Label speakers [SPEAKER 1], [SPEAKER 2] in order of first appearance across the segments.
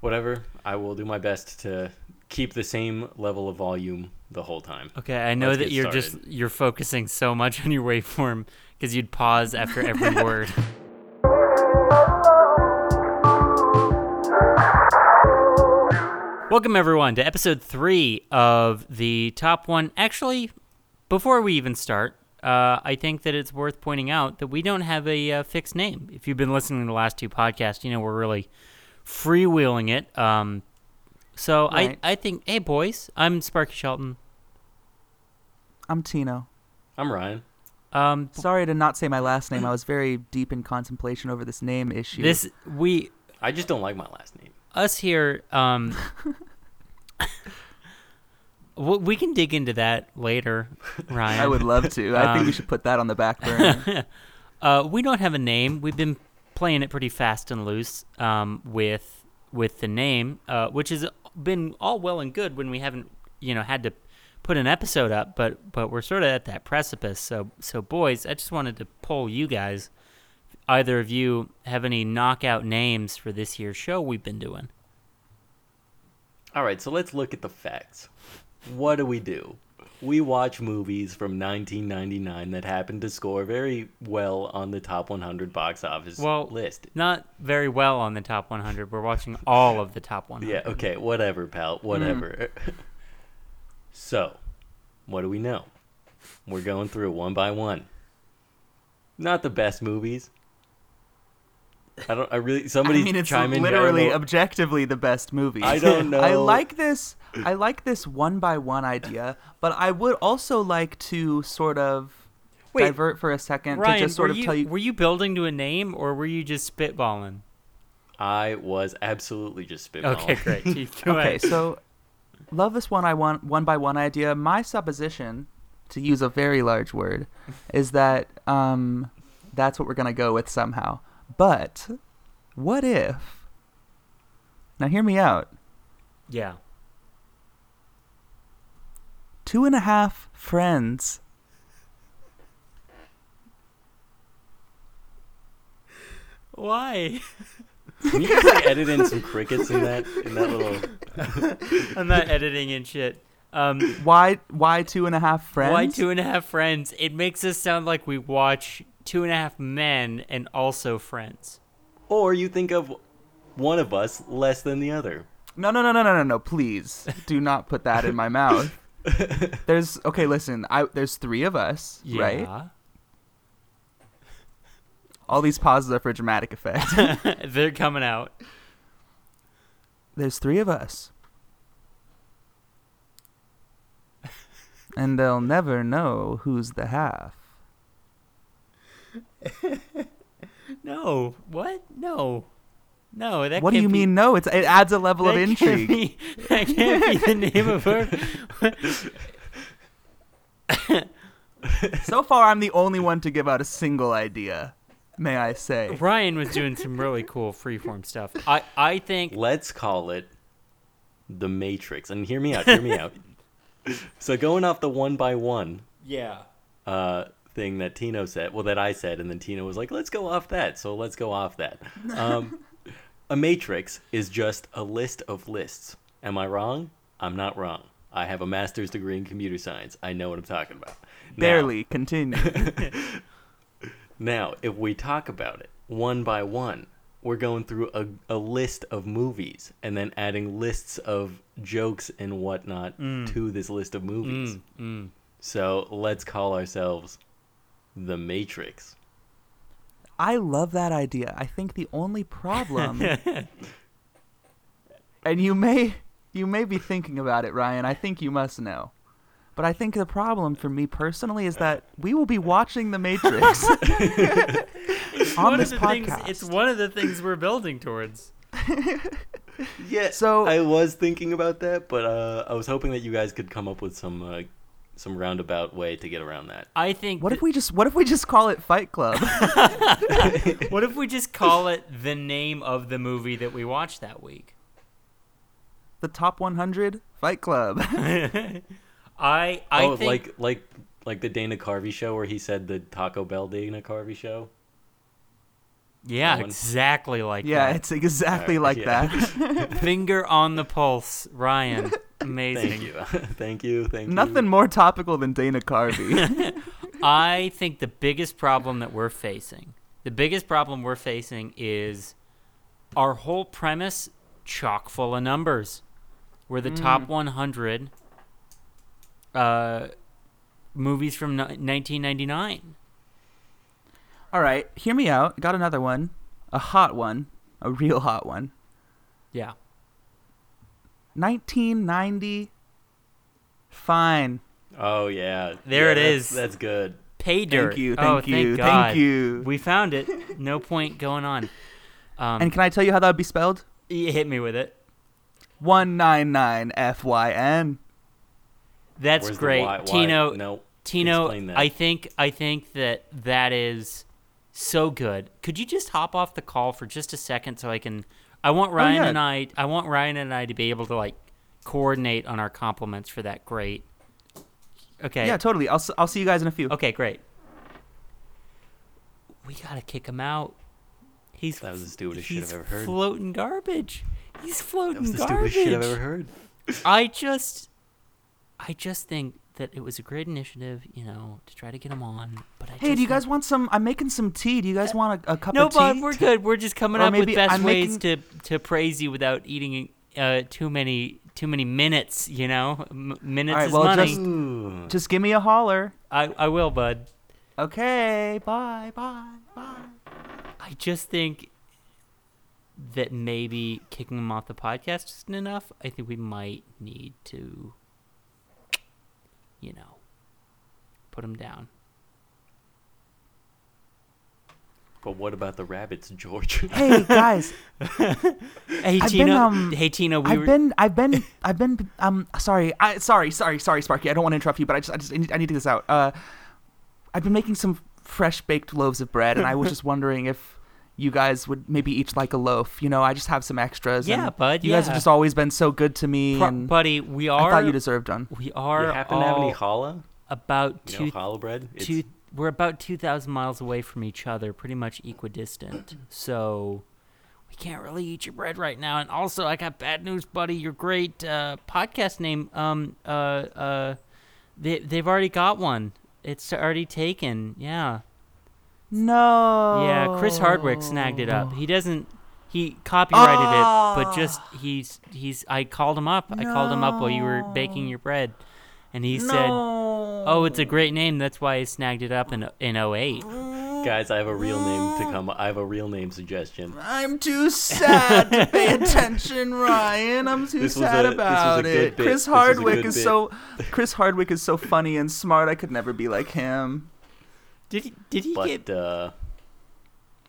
[SPEAKER 1] whatever. I will do my best to keep the same level of volume the whole time.
[SPEAKER 2] Okay, I know
[SPEAKER 1] Let's
[SPEAKER 2] that
[SPEAKER 1] get
[SPEAKER 2] you're just
[SPEAKER 1] started.
[SPEAKER 2] you're focusing so much on your waveform because you'd pause after every word. Welcome everyone to episode three of the top one. Actually, before we even start, uh, I think that it's worth pointing out that we don't have a uh, fixed name. If you've been listening to the last two podcasts, you know we're really freewheeling it. Um, so
[SPEAKER 3] Right.
[SPEAKER 2] I, I think, hey boys, I'm Sparky Shelton.
[SPEAKER 3] I'm Tino.
[SPEAKER 1] I'm Ryan.
[SPEAKER 2] Um,
[SPEAKER 3] Sorry to not say my last name. I was very deep in contemplation over this name issue.
[SPEAKER 2] this we
[SPEAKER 1] I just don't like my last name.
[SPEAKER 2] us here. Um, we we can dig into that later, Ryan.
[SPEAKER 3] I would love to. I think
[SPEAKER 2] Um,
[SPEAKER 3] we should put that on the back burner.
[SPEAKER 2] Uh, we don't have a name. We've been playing it pretty fast and loose um, with with the name, uh, which has been all well and good when we haven't, you know, had to put an episode up. But but we're sort of at that precipice. So so boys, I just wanted to poll you guys. Either of you have any knockout names for this year's show we've been doing?
[SPEAKER 1] All right, so let's look at the facts. What do we do? We watch movies from 1999 that happen to score very well on the top 100 box office
[SPEAKER 2] Well,
[SPEAKER 1] list.
[SPEAKER 2] Not very well on the top 100. We're watching all of the top 100.
[SPEAKER 1] Yeah, okay, whatever, pal,
[SPEAKER 3] Mm-hmm.
[SPEAKER 1] whatever. so, what do we know? We're going through one by one. Not the best movies. I don't. I really. Somebody
[SPEAKER 3] I mean, it's
[SPEAKER 1] chime in. here. I don't
[SPEAKER 3] literally
[SPEAKER 1] know-
[SPEAKER 3] objectively the best movie.
[SPEAKER 1] I don't
[SPEAKER 3] I
[SPEAKER 1] know.
[SPEAKER 3] like this. I like this one by one idea, but I would also like to sort of
[SPEAKER 2] Wait,
[SPEAKER 3] divert for a second
[SPEAKER 2] Ryan,
[SPEAKER 3] to just sort
[SPEAKER 2] were
[SPEAKER 3] of
[SPEAKER 2] you,
[SPEAKER 3] tell you.
[SPEAKER 2] were you building to a name or were you just spitballing?
[SPEAKER 1] I was absolutely just spitballing.
[SPEAKER 2] Okay, great. Keep going.
[SPEAKER 3] Okay, so love this one. I want one by one idea. My supposition, to use a very large word, is that um, that's what we're gonna go with somehow. But what if? Now hear me out.
[SPEAKER 2] yeah.
[SPEAKER 3] Two and a half friends.
[SPEAKER 2] Why?
[SPEAKER 1] Can you guys like, edit in some crickets in that in that little?
[SPEAKER 2] I'm not editing and shit. Um,
[SPEAKER 3] Why? Why two and a half friends?
[SPEAKER 2] why two and a half friends? It makes us sound like we watch two and a half men and also friends.
[SPEAKER 1] Or you think of one of us less than the other.
[SPEAKER 3] No, no, no, no, no, no, no! Please do not put that in my mouth. There's okay. Listen, I there's three of us,
[SPEAKER 2] Yeah.
[SPEAKER 3] right? All these pauses are for dramatic effect.
[SPEAKER 2] They're coming out.
[SPEAKER 3] there's three of us. And they'll never know who's the half.
[SPEAKER 2] No. What? No. No. That
[SPEAKER 3] what do
[SPEAKER 2] can't
[SPEAKER 3] you
[SPEAKER 2] be-
[SPEAKER 3] mean? No, it's it adds a level of
[SPEAKER 2] That
[SPEAKER 3] intrigue.
[SPEAKER 2] can't be- that can't be the name of her.
[SPEAKER 3] so far, I'm the only one to give out a single idea. May I say?
[SPEAKER 2] Ryan was doing some really cool freeform stuff. I, I think
[SPEAKER 1] Let's call it the Matrix. And hear me out. Hear me out. So going off the one by one
[SPEAKER 2] yeah.
[SPEAKER 1] uh, thing that Tino said, well, that I said, and then Tino was like, "Let's go off that." So let's go off that. Um, a matrix is just a list of lists. Am I wrong? I'm not wrong. I have a master's degree in computer science. I know what I'm talking about. Now-
[SPEAKER 3] Barely. Continue.
[SPEAKER 1] Now, if we talk about it one by one, we're going through a, a list of movies and then adding lists of jokes and whatnot to this list of movies.
[SPEAKER 2] Mm,
[SPEAKER 1] So let's call ourselves The Matrix.
[SPEAKER 3] I love that idea. I think the only problem, and you may you may be thinking about it, Ryan. I think you must know, but I think the problem for me personally is that we will be watching The Matrix on
[SPEAKER 2] one
[SPEAKER 3] this
[SPEAKER 2] of the things,
[SPEAKER 3] podcast.
[SPEAKER 2] it's one of the things we're building towards.
[SPEAKER 1] Yeah.
[SPEAKER 3] So-
[SPEAKER 1] I was thinking about that, but uh, I was hoping that you guys could come up with some uh, some roundabout way to get around that.
[SPEAKER 2] I think.
[SPEAKER 3] What if we just What if we just call it Fight Club?
[SPEAKER 2] we? What if we just call it the name of the movie that we watched that week?
[SPEAKER 3] the top 100 Fight Club.
[SPEAKER 2] I I
[SPEAKER 1] oh,
[SPEAKER 2] think
[SPEAKER 1] like like like the Dana Carvey show where he said the Taco Bell Dana Carvey show.
[SPEAKER 2] Yeah,
[SPEAKER 1] That one.
[SPEAKER 2] exactly like
[SPEAKER 3] yeah,
[SPEAKER 2] that.
[SPEAKER 3] it's exactly
[SPEAKER 2] Uh,
[SPEAKER 1] Alright,
[SPEAKER 3] like
[SPEAKER 1] yeah.
[SPEAKER 3] that.
[SPEAKER 2] Finger on the pulse, Ryan. Amazing.
[SPEAKER 1] Thank you. thank you. Thank you.
[SPEAKER 3] Nothing more topical than Dana Carvey.
[SPEAKER 2] I think the biggest problem that we're facing, the biggest problem we're facing is our whole premise chock full of numbers. We're the
[SPEAKER 3] Mm.
[SPEAKER 2] top 100 uh, movies from ni- 1999.
[SPEAKER 3] All right, hear me out. Got another one, a hot one, a real hot one.
[SPEAKER 2] Yeah.
[SPEAKER 3] 1990. Fine.
[SPEAKER 1] Oh yeah.
[SPEAKER 2] There
[SPEAKER 1] Yeah,
[SPEAKER 2] it
[SPEAKER 1] that's-
[SPEAKER 2] is.
[SPEAKER 1] That's good.
[SPEAKER 2] Pay dirt.
[SPEAKER 3] you,
[SPEAKER 2] oh,
[SPEAKER 3] thank you,
[SPEAKER 2] thank
[SPEAKER 3] thank
[SPEAKER 2] God.
[SPEAKER 3] you.
[SPEAKER 2] We found it. No point going on. Um,
[SPEAKER 3] And can I tell you how that would be spelled?
[SPEAKER 2] you hit me with it.
[SPEAKER 3] One nine nine F Y N.
[SPEAKER 2] That's
[SPEAKER 1] Where's the
[SPEAKER 2] great.
[SPEAKER 1] why- why?
[SPEAKER 2] Tino,
[SPEAKER 1] No.
[SPEAKER 2] Tino,
[SPEAKER 1] Explain that.
[SPEAKER 2] I think I think that that is so good. Could you just hop off the call for just a second so I can? I want Ryan
[SPEAKER 3] Oh, yeah.
[SPEAKER 2] and I. I want Ryan and I to be able to like coordinate on our compliments for that. Great. Okay.
[SPEAKER 3] Yeah, totally. I'll, s- I'll see you guys in a few.
[SPEAKER 2] okay. Great. We gotta kick him out. He's
[SPEAKER 1] That was the stupidest shit
[SPEAKER 2] he's
[SPEAKER 1] I've ever heard.
[SPEAKER 2] Floating garbage. He's floating
[SPEAKER 1] That was the
[SPEAKER 2] garbage.
[SPEAKER 1] stupidest shit I've ever heard.
[SPEAKER 2] I just, I just think that it was a great initiative, you know, to try to get him on. But I
[SPEAKER 3] Hey,
[SPEAKER 2] just
[SPEAKER 3] do you guys
[SPEAKER 2] think-
[SPEAKER 3] want some? I'm making some tea. Do you guys want a, a cup
[SPEAKER 2] No,
[SPEAKER 3] of tea?
[SPEAKER 2] bud, we're good. We're just coming
[SPEAKER 3] Or
[SPEAKER 2] up with
[SPEAKER 3] maybe
[SPEAKER 2] best
[SPEAKER 3] I'm
[SPEAKER 2] ways to to praise you without eating uh, too many too many minutes. You know, M- minutes
[SPEAKER 3] All right,
[SPEAKER 2] is
[SPEAKER 3] well,
[SPEAKER 2] money.
[SPEAKER 3] just-
[SPEAKER 1] Ooh.
[SPEAKER 3] Just give me a holler.
[SPEAKER 2] I I will, bud.
[SPEAKER 3] Okay, bye, bye, bye.
[SPEAKER 2] I just think that maybe kicking him off the podcast isn't enough. I think we might need to, you know, put him down.
[SPEAKER 1] But what about the rabbits, George?
[SPEAKER 3] Hey guys,
[SPEAKER 2] Hey
[SPEAKER 3] I've
[SPEAKER 2] Tina,
[SPEAKER 3] been, um,
[SPEAKER 2] hey Tina, we
[SPEAKER 3] I've
[SPEAKER 2] were
[SPEAKER 3] been, I've been, I've been. Um, sorry, I, sorry, sorry, sorry, Sparky. I don't want to interrupt you, but I just, I just, I need, I need to get this out. Uh, I've been making some fresh baked loaves of bread, and I was just wondering if you guys would maybe each like a loaf. You know, I just have some extras.
[SPEAKER 2] Yeah,
[SPEAKER 3] and
[SPEAKER 2] bud,
[SPEAKER 3] You guys
[SPEAKER 2] yeah.
[SPEAKER 3] have just always been so good to me,
[SPEAKER 2] Pro-
[SPEAKER 3] and
[SPEAKER 2] buddy, we
[SPEAKER 3] I
[SPEAKER 2] are
[SPEAKER 3] thought you deserved one.
[SPEAKER 2] we
[SPEAKER 1] you
[SPEAKER 2] are
[SPEAKER 1] happen to have any
[SPEAKER 2] all
[SPEAKER 1] challah?
[SPEAKER 2] about
[SPEAKER 1] You
[SPEAKER 2] two,
[SPEAKER 1] know, challah bread? It's,
[SPEAKER 2] two we're about 2000 miles away from each other, pretty much equidistant. So we can't really eat your bread right now. And also, I got bad news, buddy. Your great uh, podcast name um uh uh they they've already got one. It's already taken. Yeah.
[SPEAKER 3] No.
[SPEAKER 2] Yeah, Chris Hardwick snagged it up. He doesn't. He copyrighted it, but just he's he's. I called him up. I called him up while you were baking your bread, and he said, "Oh, it's a great name. That's why I snagged it up in in 08.
[SPEAKER 1] Guys, I have a real name to come. I have a real name suggestion.
[SPEAKER 3] I'm too sad to pay attention, Ryan. I'm too
[SPEAKER 1] This was
[SPEAKER 3] sad
[SPEAKER 1] a- this was a
[SPEAKER 3] about
[SPEAKER 1] good
[SPEAKER 3] it.
[SPEAKER 1] bit.
[SPEAKER 3] Chris
[SPEAKER 1] This was a
[SPEAKER 3] Hardwick
[SPEAKER 1] good
[SPEAKER 3] is
[SPEAKER 1] bit.
[SPEAKER 3] so Chris Hardwick is so funny and smart. I could never be like him.
[SPEAKER 2] Did he did he
[SPEAKER 1] But
[SPEAKER 2] get?
[SPEAKER 1] uh,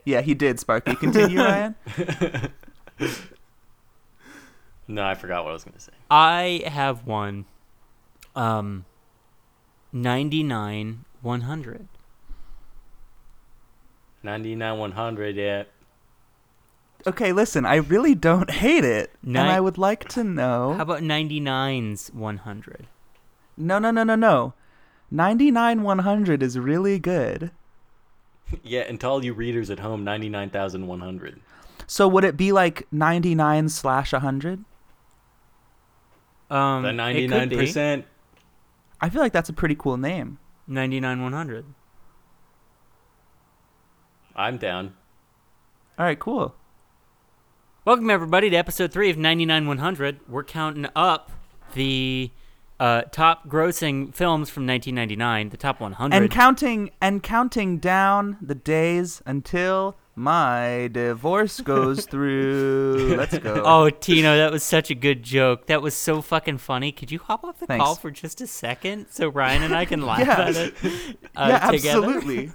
[SPEAKER 3] Yeah, he did, Sparky. Continue, Ryan.
[SPEAKER 1] no, I forgot what I was gonna say.
[SPEAKER 2] I have one. Um, ninety nine one hundred.
[SPEAKER 1] Ninety nine one hundred. Yeah.
[SPEAKER 3] Okay, listen, I really don't hate it.
[SPEAKER 2] Nine-
[SPEAKER 3] And I would like to know.
[SPEAKER 2] How about 99's one hundred?
[SPEAKER 3] no, no, no, no, no. 99 100 is really good.
[SPEAKER 1] Yeah, and to all you readers at home, ninety nine thousand one hundred.
[SPEAKER 3] So would it be like 99 slash 100?
[SPEAKER 2] Um,
[SPEAKER 1] The ninety nine percent.
[SPEAKER 3] I feel like that's a pretty cool name.
[SPEAKER 2] Ninety nine one hundred.
[SPEAKER 1] I'm down.
[SPEAKER 3] All right, cool.
[SPEAKER 2] Welcome everybody to episode three of 99-100. We're counting up the uh, top grossing films from 1999, the top 100.
[SPEAKER 3] and counting and counting down the days until my divorce goes through. Let's go.
[SPEAKER 2] oh, Tino, that was such a good joke. That was so fucking funny. Could you hop off the
[SPEAKER 3] Thanks.
[SPEAKER 2] call for just a second so Ryan and I can laugh
[SPEAKER 3] Yeah.
[SPEAKER 2] at it uh,
[SPEAKER 3] yeah,
[SPEAKER 2] together?
[SPEAKER 3] absolutely.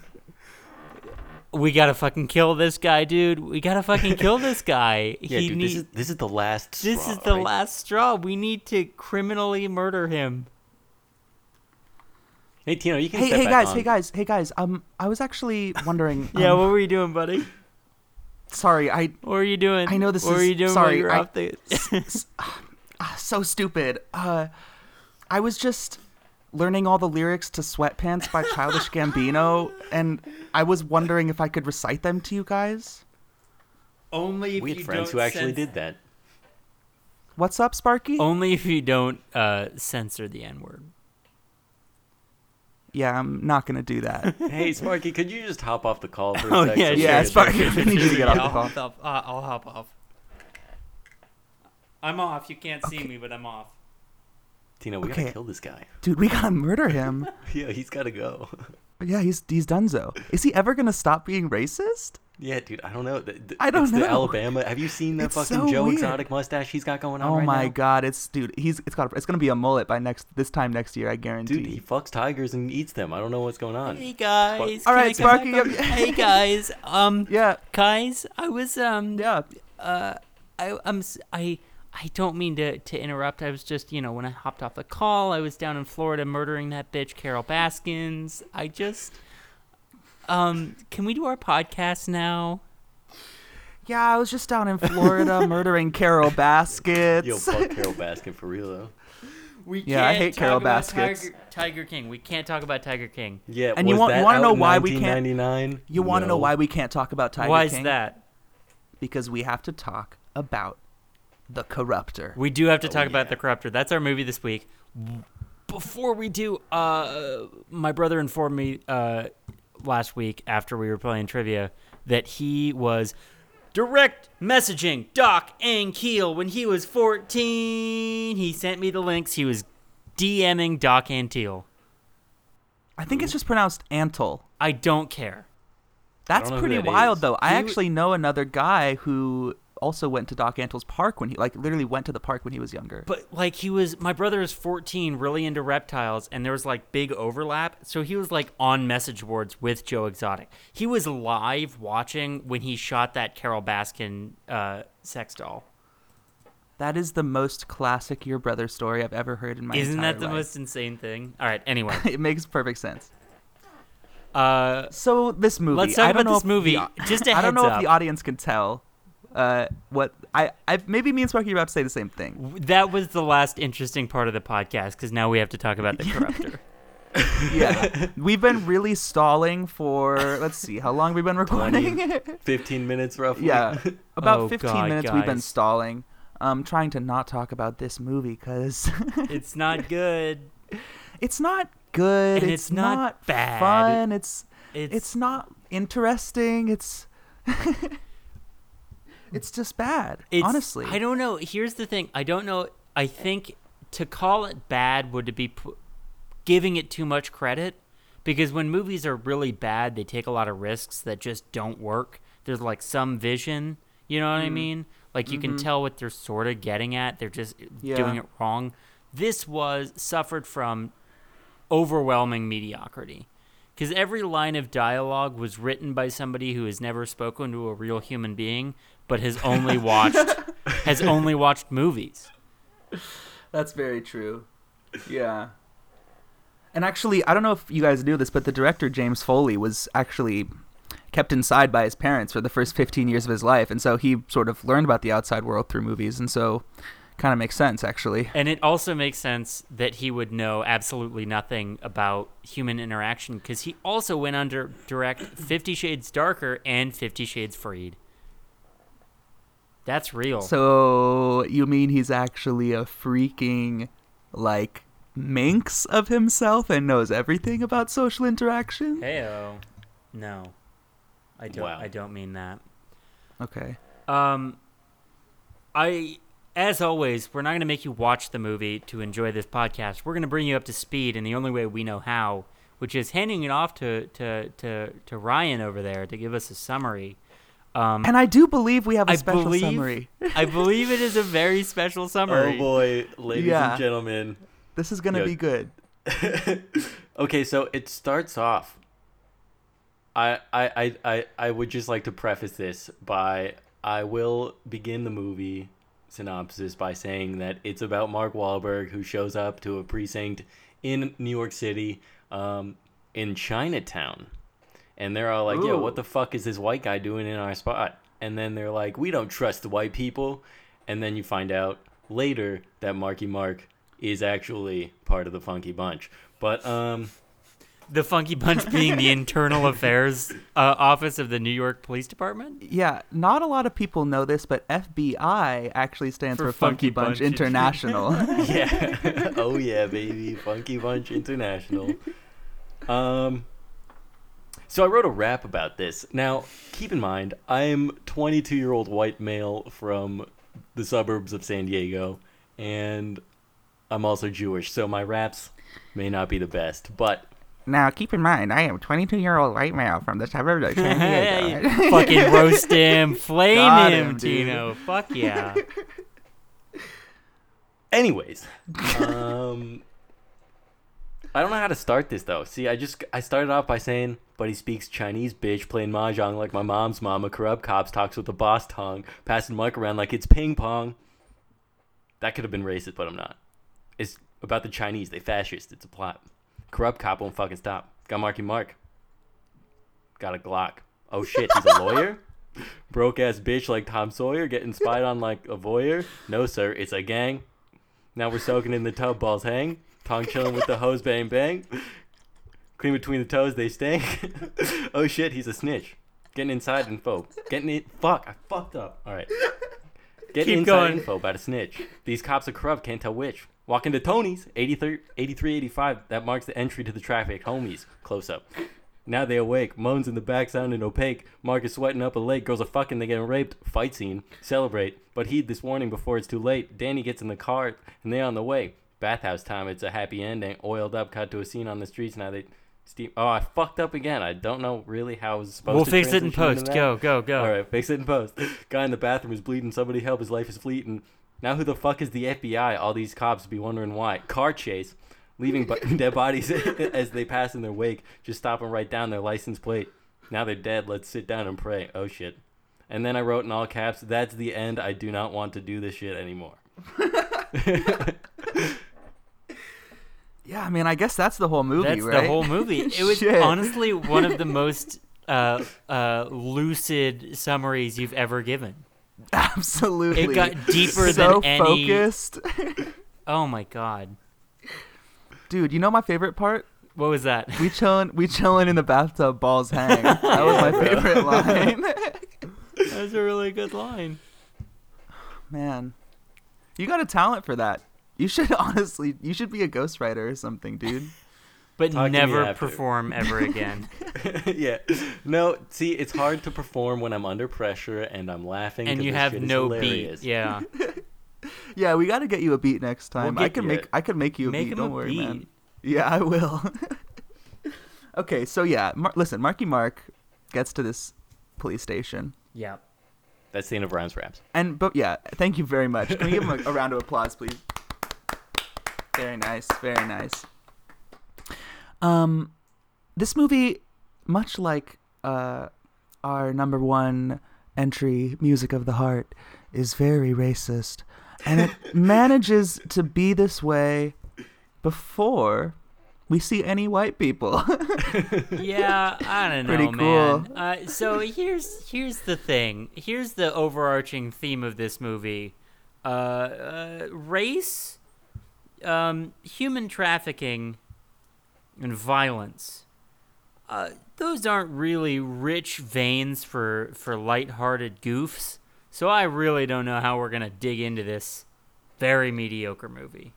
[SPEAKER 2] We gotta fucking kill this guy, dude. We gotta fucking kill this guy.
[SPEAKER 1] Yeah,
[SPEAKER 2] he
[SPEAKER 1] dude.
[SPEAKER 2] need-
[SPEAKER 1] this is this is the last.
[SPEAKER 2] this
[SPEAKER 1] straw,
[SPEAKER 2] is the
[SPEAKER 1] right?
[SPEAKER 2] last straw. We need to criminally murder him.
[SPEAKER 1] Hey Tino, you can
[SPEAKER 3] hey,
[SPEAKER 1] step
[SPEAKER 3] hey
[SPEAKER 1] back
[SPEAKER 3] guys,
[SPEAKER 1] on.
[SPEAKER 3] hey guys, hey guys. Um, I was actually wondering.
[SPEAKER 2] Yeah,
[SPEAKER 3] um,
[SPEAKER 2] what were you doing, buddy?
[SPEAKER 3] sorry, I
[SPEAKER 2] What were you doing?
[SPEAKER 3] I know this
[SPEAKER 2] What were
[SPEAKER 3] is-
[SPEAKER 2] you doing while
[SPEAKER 3] sorry,
[SPEAKER 2] you were
[SPEAKER 3] I-
[SPEAKER 2] off the
[SPEAKER 3] ah, so stupid. Uh, I was just learning all the lyrics to Sweatpants by Childish Gambino, and I was wondering if I could recite them to you guys.
[SPEAKER 4] Only if
[SPEAKER 1] we had
[SPEAKER 4] you
[SPEAKER 1] friends
[SPEAKER 4] don't
[SPEAKER 1] who actually
[SPEAKER 4] sense-
[SPEAKER 1] did that.
[SPEAKER 3] What's up, Sparky?
[SPEAKER 1] Oh.
[SPEAKER 2] Only if you don't uh, censor the N word.
[SPEAKER 3] Yeah, I'm not gonna do that.
[SPEAKER 1] Hey, Sparky, could you just hop off the call for a
[SPEAKER 2] Oh,
[SPEAKER 1] sec? so we
[SPEAKER 2] yeah, sure.
[SPEAKER 1] can
[SPEAKER 3] yeah,
[SPEAKER 1] address
[SPEAKER 3] Sparky,
[SPEAKER 1] it?
[SPEAKER 3] I need you to get
[SPEAKER 4] Yeah,
[SPEAKER 3] off the
[SPEAKER 4] I'll
[SPEAKER 3] call.
[SPEAKER 4] hop off. Uh, I'll hop off.
[SPEAKER 2] I'm off. You can't see me, but I'm off.
[SPEAKER 1] Tino, we
[SPEAKER 3] Okay.
[SPEAKER 1] gotta kill this guy.
[SPEAKER 3] Dude, we gotta murder him.
[SPEAKER 1] Yeah, he's gotta go.
[SPEAKER 3] yeah, he's he's Dunzo. Is he ever gonna stop being racist?
[SPEAKER 1] Yeah, dude, I don't know. The- the-
[SPEAKER 3] I don't
[SPEAKER 1] it's
[SPEAKER 3] know.
[SPEAKER 1] The Alabama. Have you seen that
[SPEAKER 3] It's
[SPEAKER 1] fucking
[SPEAKER 3] so
[SPEAKER 1] Joe
[SPEAKER 3] weird.
[SPEAKER 1] Exotic mustache he's got going on
[SPEAKER 3] Oh
[SPEAKER 1] right
[SPEAKER 3] my
[SPEAKER 1] now?
[SPEAKER 3] god, it's dude. He's it's got it's gonna be a mullet by next this time next year. I guarantee.
[SPEAKER 1] Dude, he fucks tigers and eats them. I don't know what's going on.
[SPEAKER 2] Hey guys.
[SPEAKER 3] All
[SPEAKER 2] can
[SPEAKER 3] right,
[SPEAKER 2] I come back
[SPEAKER 3] Sparky,
[SPEAKER 2] on-
[SPEAKER 3] yep.
[SPEAKER 2] hey guys. Um,
[SPEAKER 3] yeah,
[SPEAKER 2] guys, I was um,
[SPEAKER 3] yeah.
[SPEAKER 2] uh, I I'm s- I I don't mean to to interrupt. I was just you know when I hopped off the call, I was down in Florida murdering that bitch Carol Baskins. I just um, can we do our podcast now?
[SPEAKER 3] Yeah, I was just down in Florida murdering Carol Baskets.
[SPEAKER 1] Yo, fuck Carol Baskin for real though.
[SPEAKER 4] We
[SPEAKER 3] Yeah, I
[SPEAKER 4] can't
[SPEAKER 3] hate
[SPEAKER 4] talk
[SPEAKER 3] Carol
[SPEAKER 4] about
[SPEAKER 3] Baskets.
[SPEAKER 4] Tiger-
[SPEAKER 2] Tiger King. We can't talk about Tiger King.
[SPEAKER 1] Yeah,
[SPEAKER 3] And you want- you wanna
[SPEAKER 1] want to
[SPEAKER 3] know why we can't-
[SPEAKER 1] 1999?
[SPEAKER 3] You want to know why we can't talk about Tiger
[SPEAKER 2] Why
[SPEAKER 3] King?
[SPEAKER 2] is that?
[SPEAKER 3] Because we have to talk about the corruptor.
[SPEAKER 2] We do have to
[SPEAKER 1] Oh,
[SPEAKER 2] talk about
[SPEAKER 1] yeah.
[SPEAKER 2] the corruptor. That's our movie this week. Before we do, uh, my brother informed me uh, last week after we were playing trivia that he was direct messaging Doc and Keel when he was 14. He sent me the links. He was DMing Doc and Teal.
[SPEAKER 3] I think it's just pronounced Antle.
[SPEAKER 2] I don't care.
[SPEAKER 3] That's
[SPEAKER 1] don't know who
[SPEAKER 3] pretty
[SPEAKER 1] that
[SPEAKER 3] wild,
[SPEAKER 1] is.
[SPEAKER 3] though. I
[SPEAKER 1] He-
[SPEAKER 3] actually know another guy who also went to Doc Antle's park when he, like, literally went to the park when he was younger.
[SPEAKER 2] But like he was, my brother is 14, really into reptiles, and there was like big overlap. So he was like on message boards with Joe Exotic. He was live watching when he shot that Carol Baskin uh, sex doll.
[SPEAKER 3] that is the most classic your brother story I've ever heard in my
[SPEAKER 2] Isn't
[SPEAKER 3] entire
[SPEAKER 2] that the
[SPEAKER 3] life.
[SPEAKER 2] most insane thing? All right. Anyway,
[SPEAKER 3] It makes perfect sense.
[SPEAKER 2] uh,
[SPEAKER 3] So this movie,
[SPEAKER 2] Let's talk
[SPEAKER 3] I don't
[SPEAKER 2] about
[SPEAKER 3] know
[SPEAKER 2] this
[SPEAKER 3] if
[SPEAKER 2] movie.
[SPEAKER 3] the-
[SPEAKER 2] Just a
[SPEAKER 3] I don't know
[SPEAKER 2] heads
[SPEAKER 3] if the
[SPEAKER 2] up.
[SPEAKER 3] audience can tell uh, what I, I maybe me and Sparky are about to say the same thing.
[SPEAKER 2] w- that was the last interesting part of the podcast because now we have to talk about the corruptor.
[SPEAKER 3] Yeah, we've been really stalling for let's see how long we've been recording.
[SPEAKER 1] 15 minutes roughly.
[SPEAKER 3] yeah, about
[SPEAKER 2] Oh,
[SPEAKER 3] 15
[SPEAKER 2] God,
[SPEAKER 3] minutes we've been
[SPEAKER 2] guys.
[SPEAKER 3] stalling, um, trying to not talk about this movie because
[SPEAKER 2] it's not good.
[SPEAKER 3] it's not good.
[SPEAKER 2] And
[SPEAKER 3] it's,
[SPEAKER 2] it's not bad.
[SPEAKER 3] fun. It's,
[SPEAKER 2] It's,
[SPEAKER 3] it's not interesting. It's it's just bad.
[SPEAKER 2] It's-
[SPEAKER 3] honestly,
[SPEAKER 2] I don't know. Here's the thing. I don't know. I think to call it bad would be pu- giving it too much credit because when movies are really bad, they take a lot of risks that just don't work. There's like some vision, you know what I mean? Like you can tell what they're sort of getting at. They're just
[SPEAKER 3] Yeah.
[SPEAKER 2] doing it wrong. This was suffered from overwhelming mediocrity because every line of dialogue was written by somebody who has never spoken to a real human being but has only watched has only watched movies
[SPEAKER 3] That's very true. Yeah. And actually, I don't know if you guys knew this, but the director James Foley was actually kept inside by his parents for the first 15 years of his life, and so he sort of learned about the outside world through movies, and so kind of makes sense actually.
[SPEAKER 2] and it also makes sense that he would know absolutely nothing about human interaction because he also went under direct 50 shades darker and 50 shades freed that's real
[SPEAKER 3] So you mean he's actually a freaking like minx of himself and knows everything about social interaction?
[SPEAKER 2] heyo no i don't
[SPEAKER 1] Wow.
[SPEAKER 2] i don't mean that
[SPEAKER 3] Okay.
[SPEAKER 2] Um, I, as always, we're not going to make you watch the movie to enjoy this podcast. We're going to bring you up to speed in the only way we know how, which is handing it off to to to, to Ryan over there to give us a summary. Um,
[SPEAKER 3] And I do believe we have a
[SPEAKER 2] I
[SPEAKER 3] special
[SPEAKER 2] believe
[SPEAKER 3] summary.
[SPEAKER 2] I believe it is a very special
[SPEAKER 1] Oh
[SPEAKER 2] summary.
[SPEAKER 1] boy, ladies
[SPEAKER 3] Yeah.
[SPEAKER 1] and gentlemen.
[SPEAKER 3] This is going to
[SPEAKER 1] Yeah.
[SPEAKER 3] be good.
[SPEAKER 1] okay, so it starts off. I, I I I I would just like to preface this by I will begin the movie synopsis by saying that it's about Mark Wahlberg who shows up to a precinct in New York City, um, in Chinatown, and they're all like, "Yo,
[SPEAKER 3] Ooh.
[SPEAKER 1] what the fuck is this white guy doing in our spot?" And then they're like, "We don't trust the white people," and then you find out later that Marky Mark is actually part of the Funky Bunch. But um,
[SPEAKER 2] The Funky Bunch being the internal affairs uh, office of the New York Police Department.
[SPEAKER 3] Yeah, not a lot of people know this, but FBI actually stands for,
[SPEAKER 2] For Funky
[SPEAKER 3] Funky, Bunch,
[SPEAKER 2] Bunch
[SPEAKER 3] International.
[SPEAKER 1] yeah. oh yeah, baby. Funky Bunch International. Um so I wrote a rap about this. Now, keep in mind, I'm 22-year-old white male from the suburbs of San Diego and I'm also Jewish, so my raps may not be the best, but
[SPEAKER 3] now, keep in mind, I am 22 year old white male from the suburbs of San Diego.
[SPEAKER 2] Fucking roast him, flame
[SPEAKER 3] Got
[SPEAKER 2] him,
[SPEAKER 3] him, dude.
[SPEAKER 2] Tino. Fuck yeah.
[SPEAKER 1] Anyways, um, I don't know how to start this though. See, I just I started off by saying, "But he speaks Chinese, bitch, playing mahjong like my mom's mama, corrupt cops, talks with the boss tongue, passing mic around like it's ping pong." That could have been racist, but I'm not. It's about the Chinese. They fascist. It's a plot. Corrupt cop won't fucking stop. Got Marky Mark. Got a Glock. Oh shit, he's a lawyer. Broke ass bitch like Tom Sawyer getting spied on like a voyeur. No sir, it's a gang. Now we're soaking in the tub, balls hang. Tong chilling with the hose, bang bang. Clean between the toes, they stink. oh shit, he's a snitch. Getting inside info. Getting it. Fuck, I fucked up. All right. Getting
[SPEAKER 2] Keep
[SPEAKER 1] inside
[SPEAKER 2] going.
[SPEAKER 1] info about a snitch. These cops are corrupt, can't tell which. Walk into Tony's, 83, 85. That marks the entry to the traffic. Homies, close up. Now they awake. Moans in the back sounding opaque. Mark is sweating up a lake. Girls are fucking. They getting raped. Fight scene. Celebrate. But heed this warning before it's too late. Danny gets in the car and they on the way. Bathhouse time. It's a happy ending. Oiled up. Cut to a scene on the streets. Now they. Steve. Oh, I fucked up again. I don't know really how I was supposed
[SPEAKER 2] We'll
[SPEAKER 1] to.
[SPEAKER 2] fix it in
[SPEAKER 1] transition into
[SPEAKER 2] post.
[SPEAKER 1] that.
[SPEAKER 2] Go, go, go.
[SPEAKER 1] All right, fix it in post. Guy in the bathroom is bleeding. Somebody help. His life is fleeting. Now who the fuck is the FBI? All these cops be wondering why. Car chase, leaving bo- dead bodies as they pass in their wake. Just stop and write down their license plate. Now they're dead. Let's sit down and pray. Oh shit. And then I wrote in all caps, "That's the end. I do not want to do this shit anymore."
[SPEAKER 3] yeah, I mean, I guess that's the whole movie,
[SPEAKER 2] That's
[SPEAKER 3] right?
[SPEAKER 2] the whole movie. It was
[SPEAKER 3] Shit.
[SPEAKER 2] honestly one of the most uh, uh, lucid summaries you've ever given.
[SPEAKER 3] Absolutely.
[SPEAKER 2] It got deeper
[SPEAKER 3] so
[SPEAKER 2] than any.
[SPEAKER 3] focused.
[SPEAKER 2] Oh my god,
[SPEAKER 3] Dude, you know my favorite part?
[SPEAKER 2] what was that?
[SPEAKER 3] We chillin', we chillin' in the bathtub, balls hang. That was my favorite line.
[SPEAKER 2] that was a really good line.
[SPEAKER 3] Man, you got a talent for that. You should honestly, you should be a ghostwriter or something, dude.
[SPEAKER 2] But
[SPEAKER 1] Talk to me
[SPEAKER 2] never
[SPEAKER 1] after.
[SPEAKER 2] perform ever again.
[SPEAKER 1] yeah. No, see, it's hard to perform when I'm under pressure and I'm laughing.
[SPEAKER 2] and
[SPEAKER 1] 'cause
[SPEAKER 2] you
[SPEAKER 1] this
[SPEAKER 2] have
[SPEAKER 1] shit is
[SPEAKER 2] no
[SPEAKER 1] hilarious.
[SPEAKER 2] beat. Yeah,
[SPEAKER 3] Yeah, we got to get you a beat next time.
[SPEAKER 1] We'll
[SPEAKER 3] I
[SPEAKER 1] get
[SPEAKER 3] could
[SPEAKER 1] you
[SPEAKER 3] make
[SPEAKER 1] it.
[SPEAKER 3] I could make you a
[SPEAKER 2] make
[SPEAKER 3] beat.
[SPEAKER 2] him
[SPEAKER 3] Don't
[SPEAKER 2] a
[SPEAKER 3] worry,
[SPEAKER 2] beat.
[SPEAKER 3] man. Yeah, I will. okay, so yeah, Mar- listen, Marky Mark gets to this police station,
[SPEAKER 2] Yeah.
[SPEAKER 1] That's the end of Rhymes Raps.
[SPEAKER 3] and but yeah, thank you very much. Can we give him a, a round of applause, please? Very nice, very nice. Um, this movie, much like uh, our number one entry, "Music of the Heart," is very racist, and it manages to be this way before we see any white people.
[SPEAKER 2] yeah, I don't know,
[SPEAKER 3] Pretty
[SPEAKER 2] man. Uh, so here's here's the thing. Here's the overarching theme of this movie: uh, uh, race, um, human trafficking, and violence. Uh, those aren't really rich veins for for lighthearted goofs. So I really don't know how we're gonna dig into this very mediocre movie.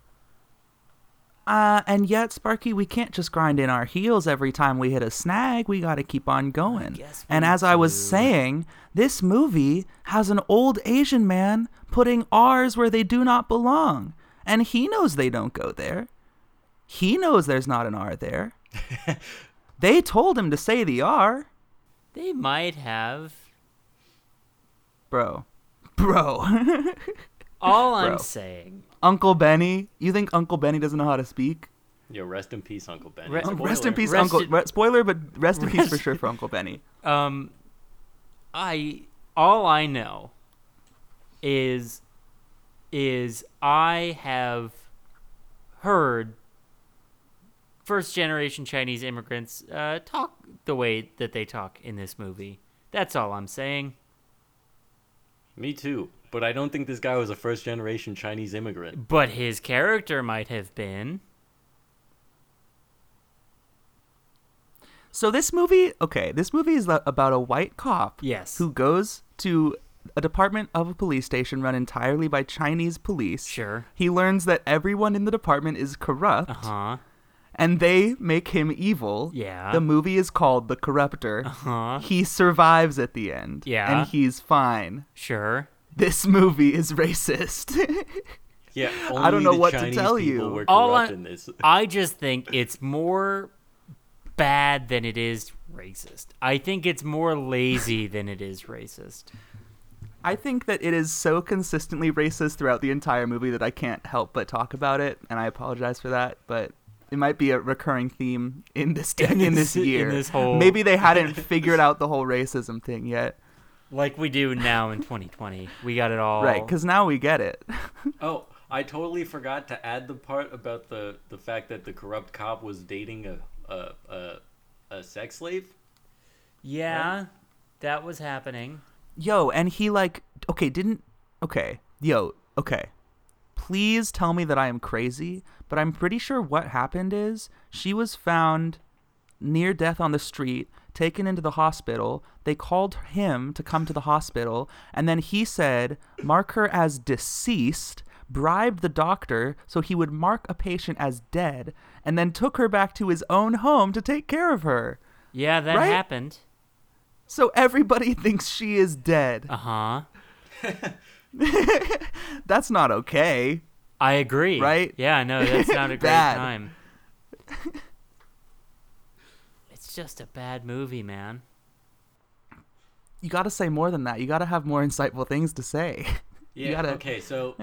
[SPEAKER 3] uh, and yet, Sparky, we can't just grind in our heels every time we hit a snag. We got to keep on going.
[SPEAKER 2] guess
[SPEAKER 3] And
[SPEAKER 2] we
[SPEAKER 3] as I was
[SPEAKER 2] do.
[SPEAKER 3] saying, this movie has an old Asian man putting R's where they do not belong. And he knows they don't go there. He knows there's not an R there. they told him to say the R.
[SPEAKER 2] They might have.
[SPEAKER 3] Bro. Bro.
[SPEAKER 2] All I'm
[SPEAKER 3] Bro.
[SPEAKER 2] saying
[SPEAKER 3] Uncle Benny. You think Uncle Benny doesn't know how to speak?
[SPEAKER 1] Yo, rest in peace, Uncle Ben.
[SPEAKER 2] Re-
[SPEAKER 1] Spoiler.
[SPEAKER 3] Rest in peace,
[SPEAKER 2] Rest
[SPEAKER 3] Uncle.
[SPEAKER 2] in-
[SPEAKER 3] re- spoiler, but rest in peace for
[SPEAKER 2] Rest-
[SPEAKER 3] sure for Uncle Benny.
[SPEAKER 2] Um, I all I know is is I have heard first generation Chinese immigrants uh, talk the way that they talk in this movie. That's all I'm saying.
[SPEAKER 1] Me too. But I don't think this guy was a first generation Chinese immigrant.
[SPEAKER 2] But his character might have been.
[SPEAKER 3] So this movie, okay, this movie is lo- about a white cop
[SPEAKER 2] Yes.
[SPEAKER 3] who goes to a department of a police station run entirely by Chinese police.
[SPEAKER 2] Sure.
[SPEAKER 3] He learns that everyone in the department is corrupt
[SPEAKER 2] Uh huh.
[SPEAKER 3] and they make him evil.
[SPEAKER 2] Yeah.
[SPEAKER 3] The movie is called The Corruptor.
[SPEAKER 2] Uh-huh.
[SPEAKER 3] He survives at the end.
[SPEAKER 2] Yeah.
[SPEAKER 3] And he's fine.
[SPEAKER 2] Sure.
[SPEAKER 3] This movie is racist.
[SPEAKER 1] Yeah, only
[SPEAKER 3] I don't know
[SPEAKER 1] the
[SPEAKER 3] what to
[SPEAKER 1] Chinese
[SPEAKER 3] tell
[SPEAKER 1] people
[SPEAKER 3] you.
[SPEAKER 1] Were
[SPEAKER 2] All I-
[SPEAKER 1] corrupt in this.
[SPEAKER 2] I just think it's more bad than it is racist. I think it's more lazy than it is racist.
[SPEAKER 3] I think that it is so consistently racist throughout the entire movie that I can't help but talk about it, and I apologize for that, but it might be a recurring theme in this de-
[SPEAKER 2] In
[SPEAKER 3] in,
[SPEAKER 2] this-
[SPEAKER 3] this year.
[SPEAKER 2] in this whole-
[SPEAKER 3] Maybe they hadn't figured out the whole racism thing yet.
[SPEAKER 2] Like we do now in 2020. We got it all.
[SPEAKER 3] Right, cuz now we get it.
[SPEAKER 1] Oh, I totally forgot to add the part about the the fact that the corrupt cop was dating a a a, a sex slave.
[SPEAKER 2] Yeah, that was happening.
[SPEAKER 3] Yo, and he like okay, didn't okay. Yo, okay. Please tell me that I am crazy, but I'm pretty sure what happened is she was found near death on the street, taken into the hospital. They called him to come to the hospital, and then he said, "Mark her as deceased." Bribed the doctor so he would mark a patient as dead, and then took her back to his own home to take care of her.
[SPEAKER 2] Yeah, that
[SPEAKER 3] Right?
[SPEAKER 2] happened.
[SPEAKER 3] So everybody thinks she is dead.
[SPEAKER 2] Uh huh.
[SPEAKER 3] That's not okay.
[SPEAKER 2] I agree.
[SPEAKER 3] Right?
[SPEAKER 2] Yeah, no, that's not a great
[SPEAKER 3] Bad.
[SPEAKER 2] time. It's just a bad movie, man.
[SPEAKER 3] You got to say more than that. You got to have more insightful things to say.
[SPEAKER 1] Yeah.
[SPEAKER 3] gotta-
[SPEAKER 1] Okay, so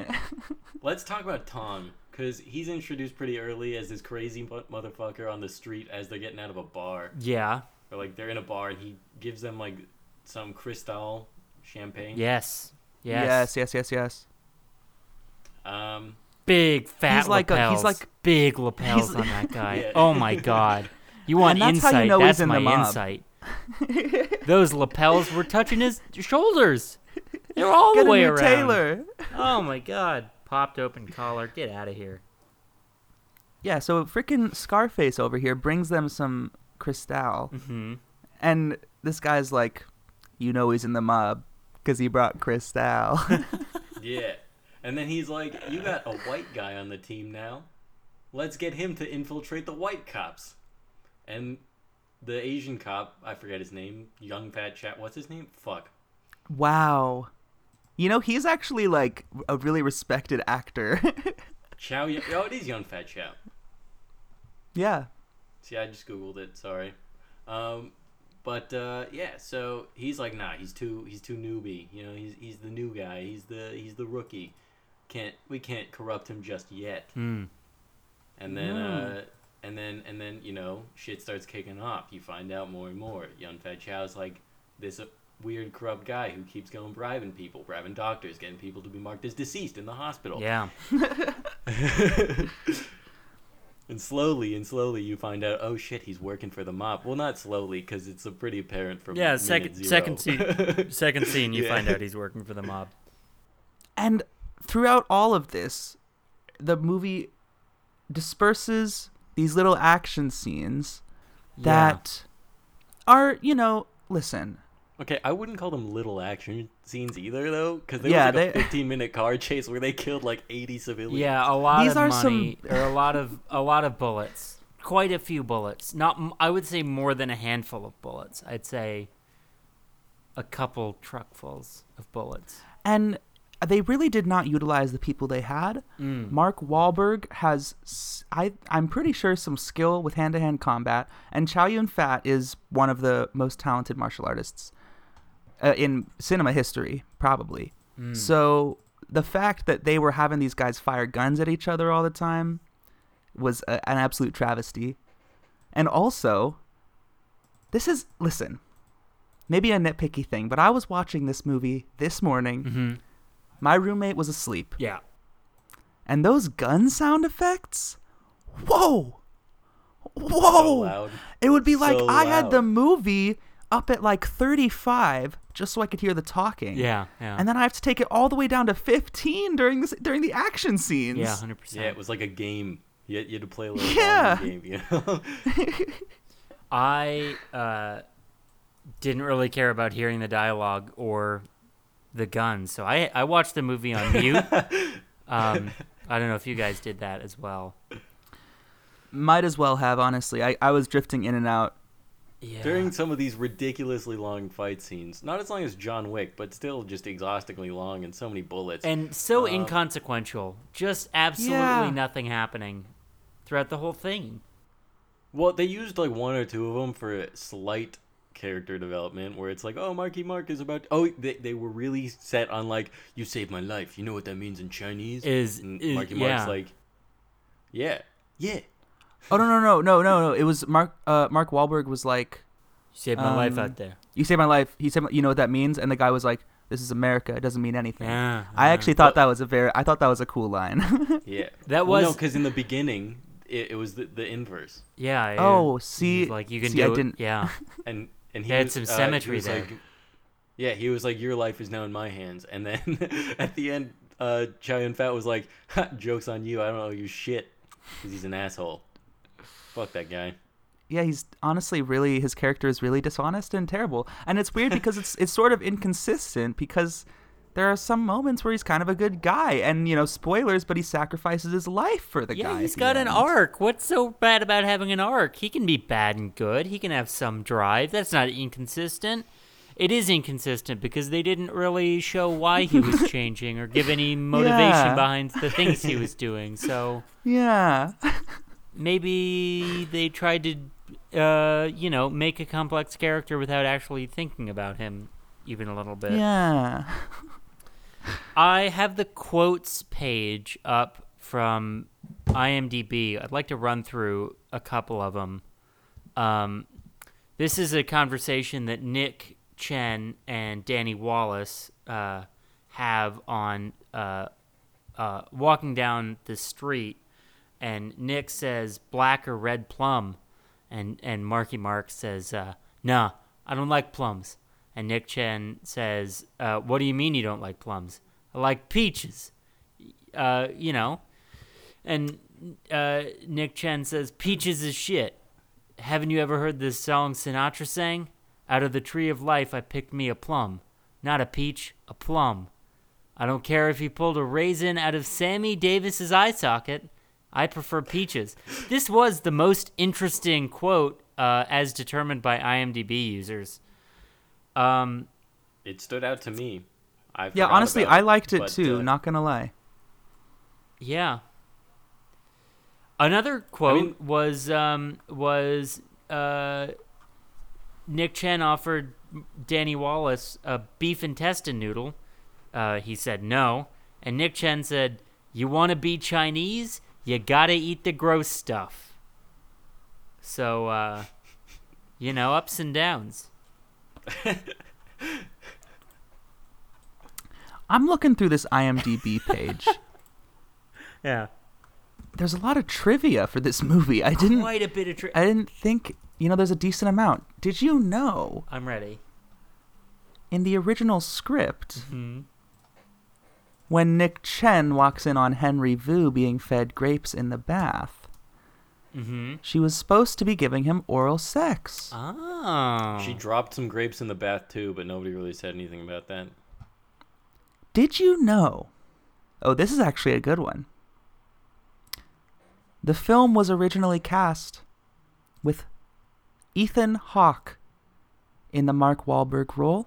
[SPEAKER 1] let's talk about Tom because he's introduced pretty early as this crazy mo- motherfucker on the street as they're getting out of a bar
[SPEAKER 2] Yeah.
[SPEAKER 1] or like they're in a bar and he gives them like some Cristal champagne.
[SPEAKER 2] Yes. Yes.
[SPEAKER 3] Yes, yes, yes, yes.
[SPEAKER 1] Um.
[SPEAKER 2] Big fat
[SPEAKER 3] He's like a-
[SPEAKER 2] lapels.
[SPEAKER 3] he's like-
[SPEAKER 2] big lapels
[SPEAKER 3] he's-
[SPEAKER 2] on that guy.
[SPEAKER 1] Yeah.
[SPEAKER 2] Oh my god. You want
[SPEAKER 3] And that's how
[SPEAKER 2] insight?
[SPEAKER 3] you know he's
[SPEAKER 2] that's
[SPEAKER 3] in
[SPEAKER 2] my
[SPEAKER 3] the mob.
[SPEAKER 2] insight. Those lapels were touching his shoulders. They're all
[SPEAKER 3] Get
[SPEAKER 2] the
[SPEAKER 3] a
[SPEAKER 2] way
[SPEAKER 3] new
[SPEAKER 2] around.
[SPEAKER 3] tailor.
[SPEAKER 2] Oh my god. Popped open collar. Get out of here.
[SPEAKER 3] Yeah, so freaking Scarface over here brings them some Cristal.
[SPEAKER 1] Mm-hmm.
[SPEAKER 2] hmm
[SPEAKER 3] And this guy's like, you know he's in the mob because he brought Cristal.
[SPEAKER 1] Yeah. And then he's like, "You got a white guy on the team now. Let's get him to infiltrate the white cops." And the Asian cop, I forget his name, young fat chat. What's his name? Fuck.
[SPEAKER 3] wow. You know, he's actually like a really respected actor.
[SPEAKER 1] Chow. Yun- Oh, it is young fat chat.
[SPEAKER 3] yeah.
[SPEAKER 1] See, I just googled it. Sorry. Um, but uh, yeah, so he's like, nah, he's too he's too newbie. You know, he's he's the new guy. He's the he's the rookie. Can't we can't corrupt him just yet. And then uh, and then and then you know shit starts kicking off. You find out more and more. Young Fed Chow's like this uh, weird corrupt guy who keeps going bribing people, bribing doctors, getting people to be marked as deceased in the hospital.
[SPEAKER 2] Yeah.
[SPEAKER 1] And slowly and slowly you find out, oh shit, he's working for the mob. Well, not slowly, because it's a pretty apparent from
[SPEAKER 2] Yeah,
[SPEAKER 1] minute
[SPEAKER 2] second
[SPEAKER 1] zero.
[SPEAKER 2] second scene second scene you
[SPEAKER 1] Yeah.
[SPEAKER 2] find out he's working for the mob.
[SPEAKER 3] And throughout all of this, the movie disperses these little action scenes that are, you know, listen.
[SPEAKER 1] okay, I wouldn't call them little action scenes either, though, because there
[SPEAKER 3] Yeah,
[SPEAKER 1] was like
[SPEAKER 3] they-
[SPEAKER 1] a 15 minute car chase where they killed like 80 civilians.
[SPEAKER 2] Yeah, a lot
[SPEAKER 3] These
[SPEAKER 2] of
[SPEAKER 3] are some-
[SPEAKER 2] money or a lot of a lot of bullets. Quite a few bullets. Not m- I would say more than a handful of bullets. I'd say a couple truckfuls of bullets.
[SPEAKER 3] And they really did not utilize the people they had. Mark Wahlberg has, s- I, am pretty sure, some skill with hand to hand combat. And Chow Yun Fat is one of the most talented martial artists uh, in cinema history, probably. So the fact that they were having these guys fire guns at each other all the time was a, an absolute travesty. And also, this is, listen, maybe a nitpicky thing, but I was watching this movie this morning. My roommate was asleep.
[SPEAKER 2] Yeah.
[SPEAKER 3] And those gun sound effects? Whoa! Whoa!
[SPEAKER 1] loud.
[SPEAKER 3] It would be like
[SPEAKER 1] So
[SPEAKER 3] I had the
[SPEAKER 1] loud.
[SPEAKER 3] movie up at like 35 just so I could hear the talking.
[SPEAKER 2] Yeah. Yeah.
[SPEAKER 3] And then I have to take it all the way down to 15 during this during the action scenes.
[SPEAKER 2] yeah, 100%.
[SPEAKER 1] Yeah, it was like a game. You had, you had to play a little
[SPEAKER 3] Yeah.
[SPEAKER 1] yeah. game, you know?
[SPEAKER 2] I uh, didn't really care about hearing the dialogue or the guns, so I I watched the movie on mute. um, I don't know if you guys did that as well.
[SPEAKER 3] Might as well have, honestly. I, I was drifting in and out.
[SPEAKER 2] Yeah.
[SPEAKER 1] During some of these ridiculously long fight scenes, not as long as John Wick, but still just exhaustingly long and so many bullets.
[SPEAKER 2] and so
[SPEAKER 1] Um,
[SPEAKER 2] inconsequential, just absolutely
[SPEAKER 3] Yeah.
[SPEAKER 2] nothing happening throughout the whole thing.
[SPEAKER 1] Well, they used like one or two of them for slight character development, where it's like, "Oh, Marky Mark is about." Oh, they, they were really set on like, "You saved my life." You know what that means in Chinese?
[SPEAKER 2] Is-
[SPEAKER 1] and
[SPEAKER 2] is-
[SPEAKER 1] Marky
[SPEAKER 2] yeah.
[SPEAKER 1] Mark's like, "Yeah, yeah."
[SPEAKER 3] Oh no no no no no no! It was Mark. Uh, Mark Wahlberg was like,
[SPEAKER 2] You saved my life
[SPEAKER 3] Um,
[SPEAKER 2] out there.
[SPEAKER 3] "You saved my life." He said, "You know what that means?" And the guy was like, "This is America. It doesn't mean anything."
[SPEAKER 2] Yeah, uh-huh.
[SPEAKER 3] I
[SPEAKER 2] yeah.
[SPEAKER 3] actually thought that was a very. I thought that was a cool line.
[SPEAKER 1] Yeah,
[SPEAKER 2] That
[SPEAKER 1] Well, no,
[SPEAKER 2] was-
[SPEAKER 1] because in the beginning it, it was the, the inverse,
[SPEAKER 2] Yeah. it-
[SPEAKER 3] oh,
[SPEAKER 2] it was
[SPEAKER 3] see,
[SPEAKER 2] like you can
[SPEAKER 3] see,
[SPEAKER 2] do
[SPEAKER 3] I
[SPEAKER 2] it.
[SPEAKER 3] didn't.
[SPEAKER 2] Yeah.
[SPEAKER 1] and and he
[SPEAKER 2] They had
[SPEAKER 1] was,
[SPEAKER 2] some
[SPEAKER 1] uh,
[SPEAKER 2] symmetry
[SPEAKER 1] he was
[SPEAKER 2] there.
[SPEAKER 1] Like, yeah, he was like, "Your life is now in my hands," and then at the end, uh, Chow Yun Fat was like, ha, "Jokes on you! I don't owe you shit," because he's an asshole. Fuck that guy.
[SPEAKER 3] Yeah, he's honestly really his character is really dishonest and terrible, and it's weird because it's it's sort of inconsistent because there are some moments where he's kind of a good guy, and you know, spoilers, but he sacrifices his life for the guy.
[SPEAKER 2] Yeah,
[SPEAKER 3] at
[SPEAKER 2] he's
[SPEAKER 3] the
[SPEAKER 2] got an
[SPEAKER 3] end.
[SPEAKER 2] arc. What's so bad about having an arc? He can be bad and good. He can have some drive. That's not inconsistent. It is inconsistent because they didn't really show why he was changing or give any motivation
[SPEAKER 3] Yeah.
[SPEAKER 2] behind the things he was doing. So
[SPEAKER 3] Yeah.
[SPEAKER 2] maybe they tried to, uh, you know, make a complex character without actually thinking about him even a little bit.
[SPEAKER 3] Yeah.
[SPEAKER 2] I have the quotes page up from IMDb. I'd like to run through a couple of them. Um, this is a conversation that Nick Chen and Danny Wallace uh, have on uh, uh, walking down the street, and Nick says black or red plum, and and Marky Mark says uh, nah, I don't like plums, and Nick Chen says uh, what do you mean you don't like plums? I like peaches, uh, you know, and uh, Nick Chen says peaches is shit. Haven't you ever heard this song Sinatra sang? Out of the tree of life I picked me a plum, not a peach, a plum. I don't care if he pulled a raisin out of Sammy Davis's eye socket. I prefer peaches. This was the most interesting quote uh, as determined by IMDb users. Um,
[SPEAKER 1] It stood out to me. I
[SPEAKER 3] Yeah,
[SPEAKER 1] forgot
[SPEAKER 3] honestly,
[SPEAKER 1] about
[SPEAKER 3] I liked it
[SPEAKER 1] but,
[SPEAKER 3] too,
[SPEAKER 1] uh,
[SPEAKER 3] not gonna lie.
[SPEAKER 2] yeah. Another quote
[SPEAKER 1] mean-
[SPEAKER 2] was um, was uh, Nick Chen offered Danny Wallace a beef intestine noodle. Uh, he said no, and Nick Chen said, "You want to be Chinese? You gotta eat the gross stuff." So, uh, you know, ups and downs.
[SPEAKER 3] I'm looking through this IMDb page.
[SPEAKER 2] Yeah,
[SPEAKER 3] there's a lot of trivia for this movie. I didn't.
[SPEAKER 2] quite a bit of. Tri-
[SPEAKER 3] I didn't think. You know, there's a decent amount. Did you know
[SPEAKER 2] I'm ready.
[SPEAKER 3] in the original script
[SPEAKER 2] Hmm.
[SPEAKER 3] when Nick Chen walks in on Henry Vu being fed grapes in the bath,
[SPEAKER 2] Mm-hmm. Uh.
[SPEAKER 3] she was supposed to be giving him oral sex.
[SPEAKER 2] Oh,
[SPEAKER 1] She dropped some grapes in the bath too, but nobody really said anything about that.
[SPEAKER 3] Did you know? Oh, this is actually a good one. The film was originally cast with Ethan Hawke in the Mark Wahlberg role,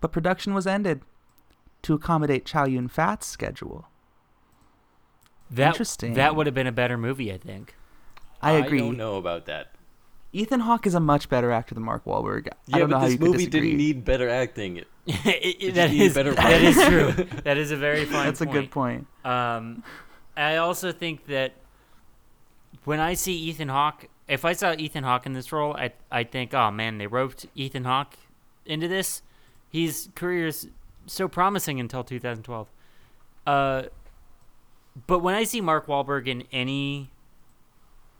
[SPEAKER 3] but production was ended to accommodate Chow Yun Fat's schedule.
[SPEAKER 2] that,
[SPEAKER 3] Interesting.
[SPEAKER 2] That would have been a better movie, I think.
[SPEAKER 3] I
[SPEAKER 1] I
[SPEAKER 3] agree.
[SPEAKER 1] don't know about that.
[SPEAKER 3] Ethan Hawke is a much better actor than Mark Wahlberg. I
[SPEAKER 1] Yeah,
[SPEAKER 3] don't know
[SPEAKER 1] but
[SPEAKER 3] how
[SPEAKER 1] this
[SPEAKER 3] you could
[SPEAKER 1] movie
[SPEAKER 3] disagree.
[SPEAKER 1] didn't need better acting.
[SPEAKER 2] It- it-
[SPEAKER 1] just
[SPEAKER 2] that
[SPEAKER 1] needed
[SPEAKER 2] is
[SPEAKER 1] better
[SPEAKER 2] that is
[SPEAKER 1] writing.
[SPEAKER 2] true. That is a very fine.
[SPEAKER 3] That's a good point.
[SPEAKER 2] Um, I also think that when I see Ethan Hawke, if I saw Ethan Hawke in this role, I I think, oh man, they roped Ethan Hawke into this. His career is so promising until 2012. Uh, but when I see Mark Wahlberg in any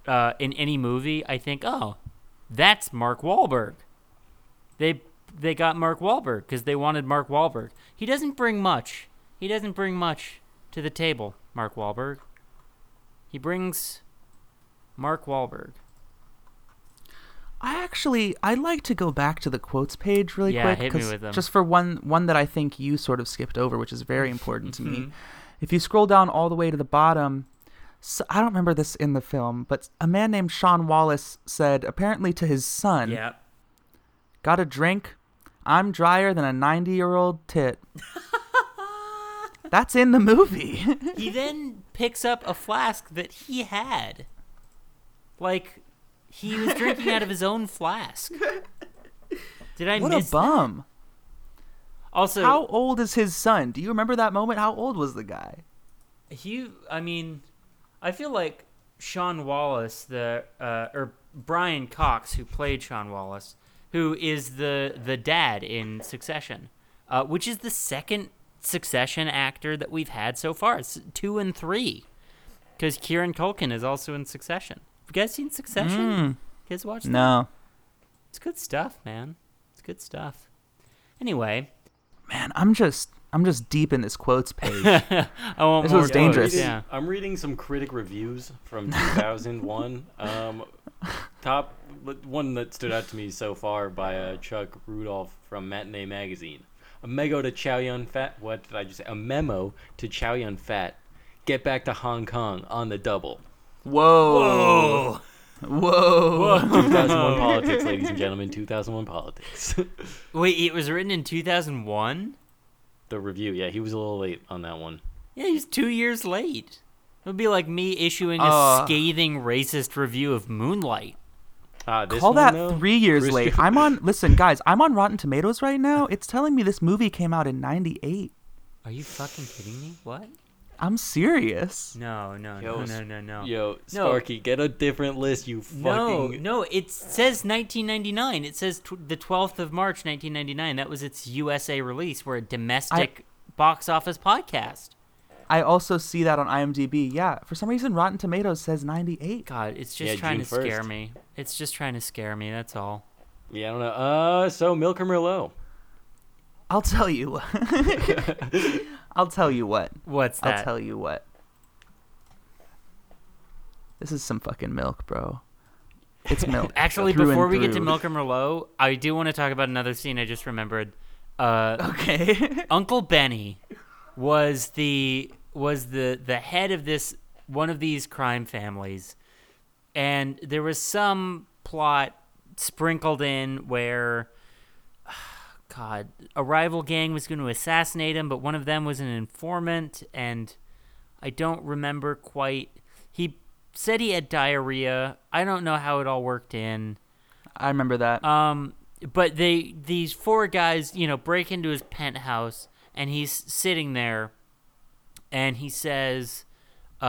[SPEAKER 2] uh, in any movie, I think, oh, that's Mark Wahlberg. They they got Mark Wahlberg because they wanted Mark Wahlberg. He doesn't bring much. He doesn't bring much to the table, Mark Wahlberg. He brings Mark Wahlberg.
[SPEAKER 3] I actually I like to go back to the quotes page really
[SPEAKER 2] Yeah,
[SPEAKER 3] quick
[SPEAKER 2] hit me
[SPEAKER 3] 'cause-
[SPEAKER 2] with them.
[SPEAKER 3] just for one one that I think you sort of skipped over, which is very important to
[SPEAKER 1] Mm-hmm.
[SPEAKER 3] me. If you scroll down all the way to the bottom, so, I don't remember this in the film, but a man named Sean Wallace said apparently to his son,
[SPEAKER 2] Yeah.
[SPEAKER 3] "Got a drink? I'm drier than a 90-year-old tit." That's in the movie.
[SPEAKER 2] he then picks up a flask that he had. Like he was drinking out of his own flask. Did I
[SPEAKER 3] what a
[SPEAKER 2] miss?
[SPEAKER 3] bum.
[SPEAKER 2] also,
[SPEAKER 3] How old is his son? Do you remember that moment? How old was the guy?
[SPEAKER 2] he i mean i feel like sean wallace the uh, or brian cox who played sean wallace who is the the dad in succession uh, which is the second succession actor that we've had so far it's two and three because kieran culkin is also in succession have you guys seen succession kids watch that?
[SPEAKER 3] Hmm. No.
[SPEAKER 2] it's good stuff man it's good stuff anyway
[SPEAKER 3] Man, I'm just I'm just deep in this quotes page.
[SPEAKER 2] i want
[SPEAKER 3] This
[SPEAKER 2] more
[SPEAKER 3] was
[SPEAKER 2] quotes,
[SPEAKER 3] dangerous.
[SPEAKER 2] yeah
[SPEAKER 1] Oh, I'm reading some critic reviews from 2001. um, top one that stood out to me so far by uh, Chuck Rudolph from Matinee Magazine. A memo to Chow Yun Fat. What did I just say? A memo to Chow Yun Fat. Get back to Hong Kong on the double.
[SPEAKER 3] Whoa. Whoa.
[SPEAKER 2] Oh.
[SPEAKER 1] 2001 politics, ladies and gentlemen. 2001 politics.
[SPEAKER 2] wait it was written in 2001
[SPEAKER 1] the review. Yeah, he was a little late on that one.
[SPEAKER 2] Yeah, he's two years late. It would be like me issuing a
[SPEAKER 3] Uh.
[SPEAKER 2] scathing racist review of Moonlight.
[SPEAKER 1] Ah, this
[SPEAKER 3] Call
[SPEAKER 1] one,
[SPEAKER 3] that
[SPEAKER 1] though,
[SPEAKER 3] three years
[SPEAKER 1] Christian-
[SPEAKER 3] late. I'm on listen, guys, I'm on Rotten Tomatoes right now. It's telling me this movie came out in ninety eight.
[SPEAKER 2] Are you fucking kidding me? What?
[SPEAKER 3] I'm serious.
[SPEAKER 2] No, no,
[SPEAKER 1] Yo,
[SPEAKER 2] no,
[SPEAKER 1] s-
[SPEAKER 2] no, no, no.
[SPEAKER 1] Yo, Sparky, get a different list. You fucking.
[SPEAKER 2] no, no, it says 1999. It says tw- the 12th of March, 1999. That was its USA release. We're a domestic box office podcast.
[SPEAKER 3] I also see that on IMDb. Yeah, for some reason Rotten Tomatoes says ninety eight.
[SPEAKER 2] God, it's just
[SPEAKER 1] Yeah,
[SPEAKER 2] trying
[SPEAKER 1] June
[SPEAKER 2] to scare
[SPEAKER 1] 1st.
[SPEAKER 2] me. It's just trying to scare me. That's all.
[SPEAKER 1] Yeah, I don't know. Uh, so Milk or Merlot?
[SPEAKER 3] I'll tell you I'll tell you what.
[SPEAKER 2] What's that?
[SPEAKER 3] I'll tell you what. This is some fucking milk, bro. It's milk.
[SPEAKER 2] Actually,
[SPEAKER 3] through and
[SPEAKER 2] before we get to
[SPEAKER 3] through.
[SPEAKER 2] Milk and Merlot, I do want to talk about another scene I just remembered. Uh,
[SPEAKER 3] Okay.
[SPEAKER 2] Uncle Benny was the was the the head of this one of these crime families, and there was some plot sprinkled in where, God, a rival gang was going to assassinate him, but one of them was an informant, and I don't remember quite. He said he had diarrhea. I don't know how it all worked in.
[SPEAKER 3] I remember that.
[SPEAKER 2] Um, but they these four guys, you know, break into his penthouse, and he's sitting there, and he says, uh,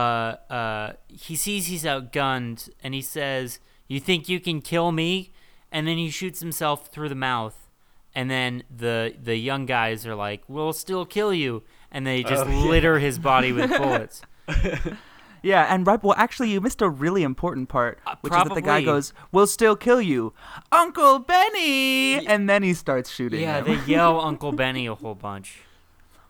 [SPEAKER 2] uh, he sees he's outgunned, and he says, "You think you can kill me?" And then he shoots himself through the mouth, and then the the young guys are like, "We'll still kill you," and they just
[SPEAKER 1] Oh, yeah.
[SPEAKER 2] litter his body with bullets.
[SPEAKER 3] Yeah, and right. Well, actually, you missed a really important part,
[SPEAKER 2] Uh,
[SPEAKER 3] which is that the guy
[SPEAKER 2] probably.
[SPEAKER 3] goes, "We'll still kill you, Uncle Benny," and then he starts shooting.
[SPEAKER 2] yeah,
[SPEAKER 3] him.
[SPEAKER 2] they yell Uncle Benny a whole bunch.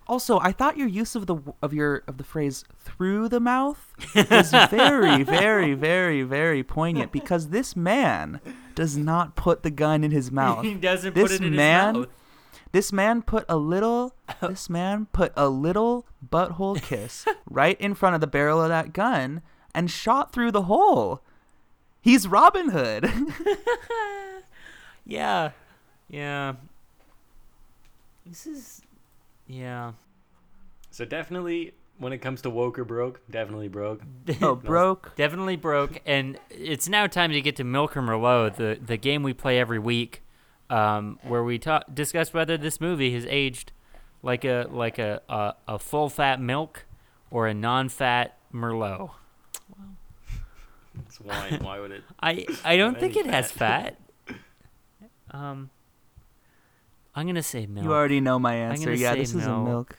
[SPEAKER 3] also, I thought your use of the of your of the phrase "through the mouth" was very, very, very, very poignant because this man does not put the gun in his mouth.
[SPEAKER 2] he doesn't put
[SPEAKER 3] this
[SPEAKER 2] it in
[SPEAKER 3] man-
[SPEAKER 2] his mouth.
[SPEAKER 3] This man put a little. This man put a little butthole kiss right in front of the barrel of that gun and shot through the hole. He's Robin Hood. Oh,
[SPEAKER 2] Yeah. Yeah. This is yeah.
[SPEAKER 1] So definitely, when it comes to woke or broke, definitely broke.
[SPEAKER 3] oh, broke.
[SPEAKER 2] Definitely broke and it's now time to get to Milk or Merlot, the the game we play every week um, where we talk discuss whether this movie has aged like a like a a, a full fat milk or a non-fat merlot.
[SPEAKER 1] It's wine. Why would it?
[SPEAKER 2] I I don't
[SPEAKER 1] Not
[SPEAKER 2] think
[SPEAKER 1] any
[SPEAKER 2] it has fat.
[SPEAKER 1] fat.
[SPEAKER 2] Um I'm going to say milk.
[SPEAKER 3] You already know my answer.
[SPEAKER 2] gonna
[SPEAKER 3] Yeah,
[SPEAKER 2] say
[SPEAKER 3] this is a
[SPEAKER 2] milk.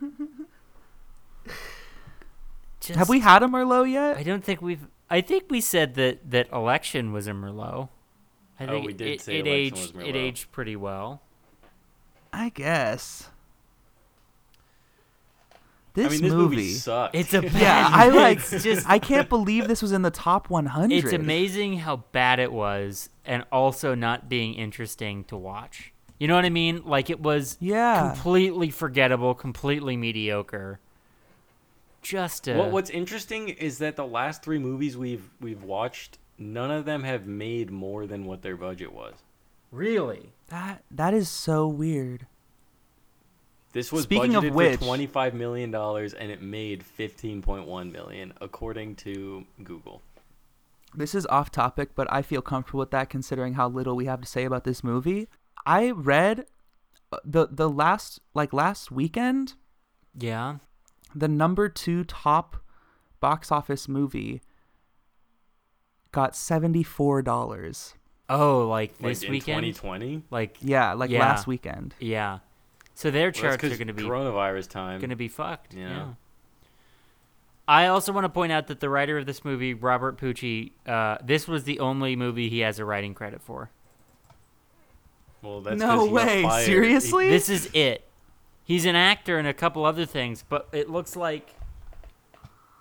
[SPEAKER 3] milk.
[SPEAKER 2] Just-
[SPEAKER 3] Have we had a Merlot yet?
[SPEAKER 2] I don't think we've. I think we said that that election was a Merlot. I
[SPEAKER 1] Oh,
[SPEAKER 2] think
[SPEAKER 1] we did
[SPEAKER 2] it,
[SPEAKER 1] say
[SPEAKER 2] it
[SPEAKER 1] Election
[SPEAKER 2] aged.
[SPEAKER 1] was
[SPEAKER 2] It
[SPEAKER 1] Merlot.
[SPEAKER 2] aged pretty well.
[SPEAKER 3] I guess. This,
[SPEAKER 1] I mean, this movie, sucked.
[SPEAKER 2] It's a bad
[SPEAKER 3] yeah, I like.
[SPEAKER 2] it's just
[SPEAKER 3] I can't believe this was in the top 100.
[SPEAKER 2] it's amazing how bad it was and also not being interesting to watch. You know what I mean? Like it was
[SPEAKER 3] Yeah.
[SPEAKER 2] completely forgettable, completely mediocre. Just a
[SPEAKER 1] What, what's interesting is that the last three movies we've we've watched, none of them have made more than what their budget was.
[SPEAKER 2] really?
[SPEAKER 3] That that is so weird.
[SPEAKER 1] This was
[SPEAKER 3] Speaking of
[SPEAKER 1] budgeted
[SPEAKER 3] which-
[SPEAKER 1] for twenty five million dollars and it made fifteen point one million, according to Google.
[SPEAKER 3] This is off topic, but I feel comfortable with that considering how little we have to say about this movie. I read uh, the the last like last weekend,
[SPEAKER 2] Yeah.
[SPEAKER 3] the number 2 top box office movie got $74.
[SPEAKER 2] Oh, like this
[SPEAKER 1] like in
[SPEAKER 2] weekend?
[SPEAKER 1] twenty twenty.
[SPEAKER 2] Like
[SPEAKER 3] Yeah, like
[SPEAKER 2] Yeah.
[SPEAKER 3] last weekend.
[SPEAKER 2] yeah. So their charts are going to be
[SPEAKER 1] coronavirus time.
[SPEAKER 2] going to be fucked.
[SPEAKER 1] Yeah.
[SPEAKER 2] Yeah. I also want to point out that the writer of this movie, Robert Pucci, uh, this was the only movie he has a writing credit for.
[SPEAKER 1] Well, that's
[SPEAKER 3] No
[SPEAKER 1] 'cause he got
[SPEAKER 3] way,
[SPEAKER 1] fired.
[SPEAKER 3] seriously?
[SPEAKER 2] This is it. He's an actor and a couple other things, but it looks like,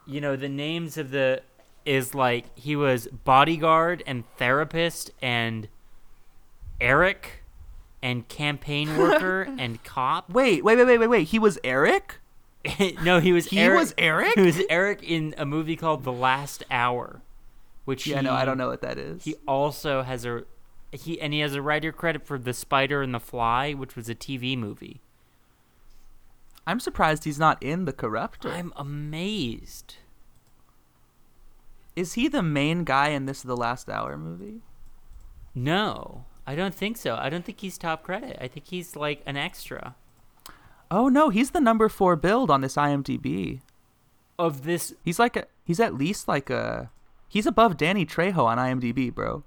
[SPEAKER 2] you know, the names of the is like he was bodyguard and therapist and Eric and campaign worker and cop.
[SPEAKER 3] Wait, wait, wait, wait, wait, wait. He was Eric?
[SPEAKER 2] no, he was
[SPEAKER 3] He
[SPEAKER 2] Eric,
[SPEAKER 3] was Eric?
[SPEAKER 2] He was Eric in a movie called The Last Hour, which
[SPEAKER 3] Yeah,
[SPEAKER 2] he,
[SPEAKER 3] no, I don't know what that is.
[SPEAKER 2] He also has a he and he has a writer credit for The Spider and the Fly, which was a TV movie.
[SPEAKER 3] I'm surprised he's not in The Corruptor.
[SPEAKER 2] I'm amazed.
[SPEAKER 3] Is he the main guy in this The Last Hour movie?
[SPEAKER 2] No, I don't think so. I don't think he's top credit. I think he's like an extra
[SPEAKER 3] Oh no, he's the number 4 build on this IMDb.
[SPEAKER 2] of this.
[SPEAKER 3] He's like a he's at least like a he's above Danny Trejo on IMDb, bro.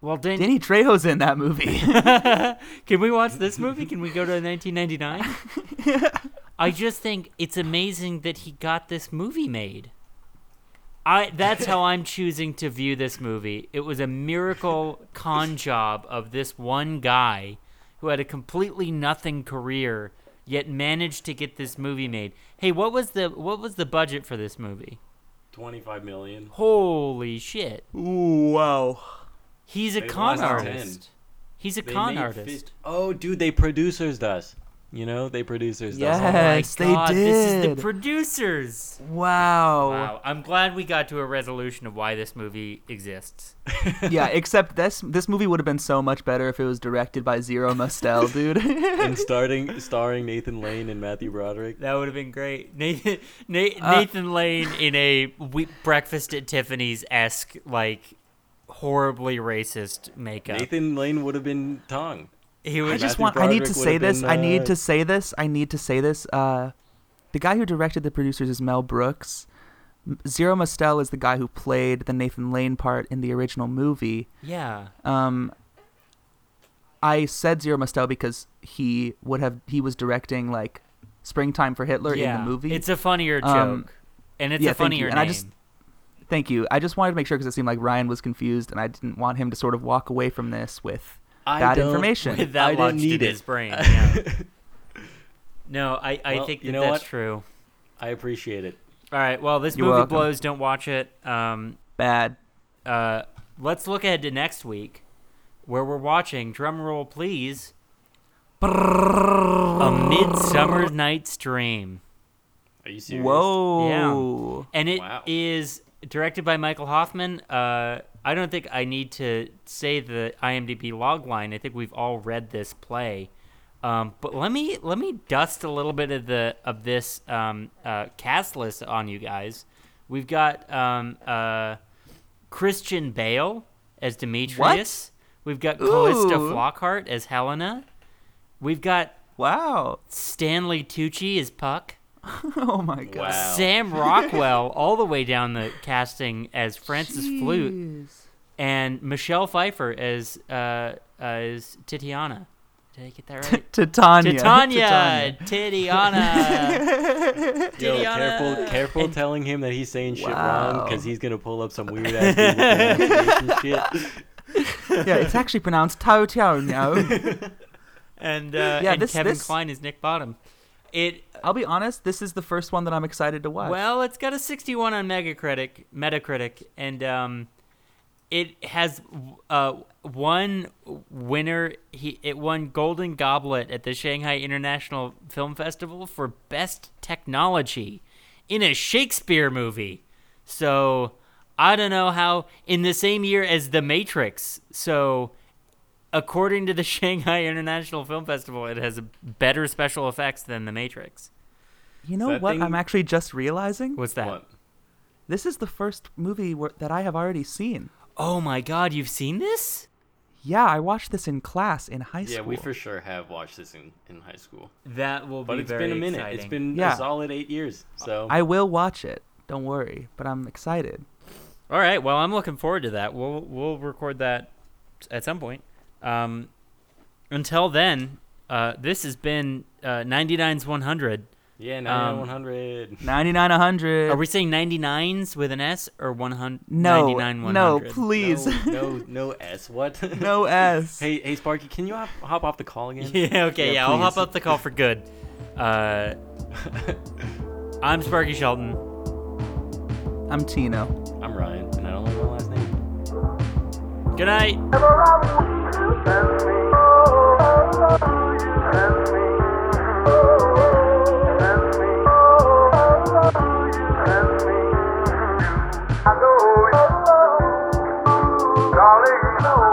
[SPEAKER 2] Well, Dan-
[SPEAKER 3] Danny Trejo's in that movie.
[SPEAKER 2] can we watch this movie? Can we go to 1999? I just think it's amazing that he got this movie made. I that's how I'm choosing to view this movie. It was a miracle con job of this one guy who had a completely nothing career yet managed to get this movie made. Hey, what was the what was the budget for this movie?
[SPEAKER 1] Twenty-five million.
[SPEAKER 2] Holy shit.
[SPEAKER 3] Ooh, wow.
[SPEAKER 2] He's a
[SPEAKER 1] They
[SPEAKER 2] con
[SPEAKER 1] lost
[SPEAKER 2] artist. He's a
[SPEAKER 1] They
[SPEAKER 2] con
[SPEAKER 1] made
[SPEAKER 2] artist.
[SPEAKER 1] fif- oh, dude, they producers us. You know, they producers us.
[SPEAKER 2] Oh
[SPEAKER 1] all.
[SPEAKER 2] my
[SPEAKER 3] Yes, they
[SPEAKER 2] God, This is
[SPEAKER 3] did.
[SPEAKER 2] the producers.
[SPEAKER 3] Wow.
[SPEAKER 2] Wow. I'm glad we got to a resolution of why this movie exists.
[SPEAKER 3] yeah, except this this movie would have been so much better if it was directed by Zero Mostel, dude.
[SPEAKER 1] and starting starring Nathan Lane and Matthew Broderick.
[SPEAKER 2] That would have been great. Nathan, Nathan,
[SPEAKER 3] Uh,
[SPEAKER 2] Nathan Lane in a we- Breakfast at Tiffany's esque, like, horribly racist makeup.
[SPEAKER 1] Nathan Lane would have been Tong.
[SPEAKER 2] he
[SPEAKER 3] I
[SPEAKER 2] would.
[SPEAKER 3] just
[SPEAKER 1] Matthew
[SPEAKER 3] want. I need to
[SPEAKER 1] Broderick
[SPEAKER 3] say
[SPEAKER 1] would've been,
[SPEAKER 3] this. I need
[SPEAKER 1] uh,
[SPEAKER 3] to say this. I need to say this. Uh, the guy who directed the producers is Mel Brooks. M- Zero Mostel is the guy who played the Nathan Lane part in the original movie.
[SPEAKER 2] yeah.
[SPEAKER 3] Um, I said Zero Mostel because he would have. He was directing like Springtime for Hitler
[SPEAKER 2] yeah.
[SPEAKER 3] in the movie.
[SPEAKER 2] It's a funnier joke,
[SPEAKER 3] Um,
[SPEAKER 2] and it's
[SPEAKER 3] yeah,
[SPEAKER 2] a
[SPEAKER 3] thank you.
[SPEAKER 2] funnier
[SPEAKER 3] And
[SPEAKER 2] name.
[SPEAKER 3] I just- Thank you. I just wanted to make sure because it seemed like Ryan was confused, and I didn't want him to sort of walk away from this with
[SPEAKER 1] I
[SPEAKER 3] bad
[SPEAKER 1] don't-
[SPEAKER 3] information.
[SPEAKER 2] With that
[SPEAKER 1] I didn't
[SPEAKER 2] lodged
[SPEAKER 1] need
[SPEAKER 2] in
[SPEAKER 1] it.
[SPEAKER 2] his brain. Yeah. no, I, I
[SPEAKER 1] Well,
[SPEAKER 2] think that
[SPEAKER 1] you know
[SPEAKER 2] that's
[SPEAKER 1] what?
[SPEAKER 2] true.
[SPEAKER 1] I appreciate it.
[SPEAKER 2] All right. Well, this
[SPEAKER 3] You're
[SPEAKER 2] movie
[SPEAKER 3] welcome.
[SPEAKER 2] blows. Don't watch it. Um,
[SPEAKER 3] Bad.
[SPEAKER 2] uh, let's look ahead to next week where we're watching drum roll please a midsummer night's dream
[SPEAKER 1] Are you serious?
[SPEAKER 3] Whoa.
[SPEAKER 2] and it is
[SPEAKER 1] Wow.
[SPEAKER 2] directed by michael hoffman uh, i don't think i need to say the imdb log line i think we've all read this play um, but let me let me dust a little bit of the of this um, uh, cast list on you guys we've got um, uh, Christian Bale as Demetrius. We've got Callista
[SPEAKER 3] Ooh.
[SPEAKER 2] Flockhart as Helena. We've got
[SPEAKER 3] Wow.
[SPEAKER 2] Stanley Tucci as Puck.
[SPEAKER 3] Oh my god.
[SPEAKER 1] Wow.
[SPEAKER 2] Sam Rockwell all the way down the casting as Francis Flute
[SPEAKER 3] Jeez.
[SPEAKER 2] and Michelle Pfeiffer as uh, as Titiana. Did I get that right?
[SPEAKER 3] Titania.
[SPEAKER 2] Titania, Titiana. Uh,
[SPEAKER 1] Yo,
[SPEAKER 2] Titiana.
[SPEAKER 1] careful, careful
[SPEAKER 2] And-
[SPEAKER 1] telling him that he's saying shit wrong
[SPEAKER 3] Wow.
[SPEAKER 1] because he's gonna pull up some weird ass Google pronunciation shit.
[SPEAKER 3] Titania. yeah, it's actually pronounced Tao Tao now.
[SPEAKER 2] and uh,
[SPEAKER 3] Yeah,
[SPEAKER 2] and
[SPEAKER 3] this-
[SPEAKER 2] Kevin
[SPEAKER 3] this-
[SPEAKER 2] Klein is Nick Bottom. It
[SPEAKER 3] I'll be honest. This is the first one that I'm excited to watch.
[SPEAKER 2] Well, it's got a 61 on Metacritic, Metacritic, and um, it has uh, one winner. He it won Golden Goblet at the Shanghai International Film Festival for best technology in a Shakespeare movie. So I don't know how in the same year as The Matrix. So according to the Shanghai International Film Festival, it has better special effects than The Matrix.
[SPEAKER 3] you know
[SPEAKER 1] that
[SPEAKER 3] what?
[SPEAKER 1] thing-
[SPEAKER 3] I'm actually just realizing
[SPEAKER 2] What's that?
[SPEAKER 1] What?
[SPEAKER 3] this is the first movie where, that I have already seen.
[SPEAKER 2] Oh my god, you've seen this?
[SPEAKER 3] Yeah, I watched this in class in high
[SPEAKER 1] Yeah,
[SPEAKER 3] school.
[SPEAKER 1] we for sure have watched this in, in high school.
[SPEAKER 2] That will
[SPEAKER 1] But
[SPEAKER 2] be
[SPEAKER 1] it's
[SPEAKER 2] very
[SPEAKER 1] been a minute.
[SPEAKER 2] exciting.
[SPEAKER 1] It's been
[SPEAKER 3] Yeah.
[SPEAKER 1] a solid eight years. So
[SPEAKER 3] I will watch it. Don't worry, but I'm excited.
[SPEAKER 2] all right. Well, I'm looking forward to that. We'll we'll record that at some point. Um, until then, uh, this has been uh, 99's 100.
[SPEAKER 1] yeah, now
[SPEAKER 2] Um,
[SPEAKER 1] 100.
[SPEAKER 3] 99 100.
[SPEAKER 2] Are we saying 99's with an S or 100?
[SPEAKER 3] no,
[SPEAKER 2] 99,
[SPEAKER 3] no,
[SPEAKER 2] 100?
[SPEAKER 3] please.
[SPEAKER 1] No, no, no S. What?
[SPEAKER 3] No S.
[SPEAKER 1] Hey, hey, Sparky, can you hop, hop off the call again?
[SPEAKER 2] Yeah. Okay. Yeah.
[SPEAKER 3] Yeah,
[SPEAKER 2] I'll
[SPEAKER 3] please.
[SPEAKER 2] hop up the call for good. Uh, I'm Sparky Shelton.
[SPEAKER 3] I'm Tino.
[SPEAKER 1] I'm Ryan, and I don't like my last name.
[SPEAKER 2] Good night.
[SPEAKER 5] Oh, I know you, darling, you know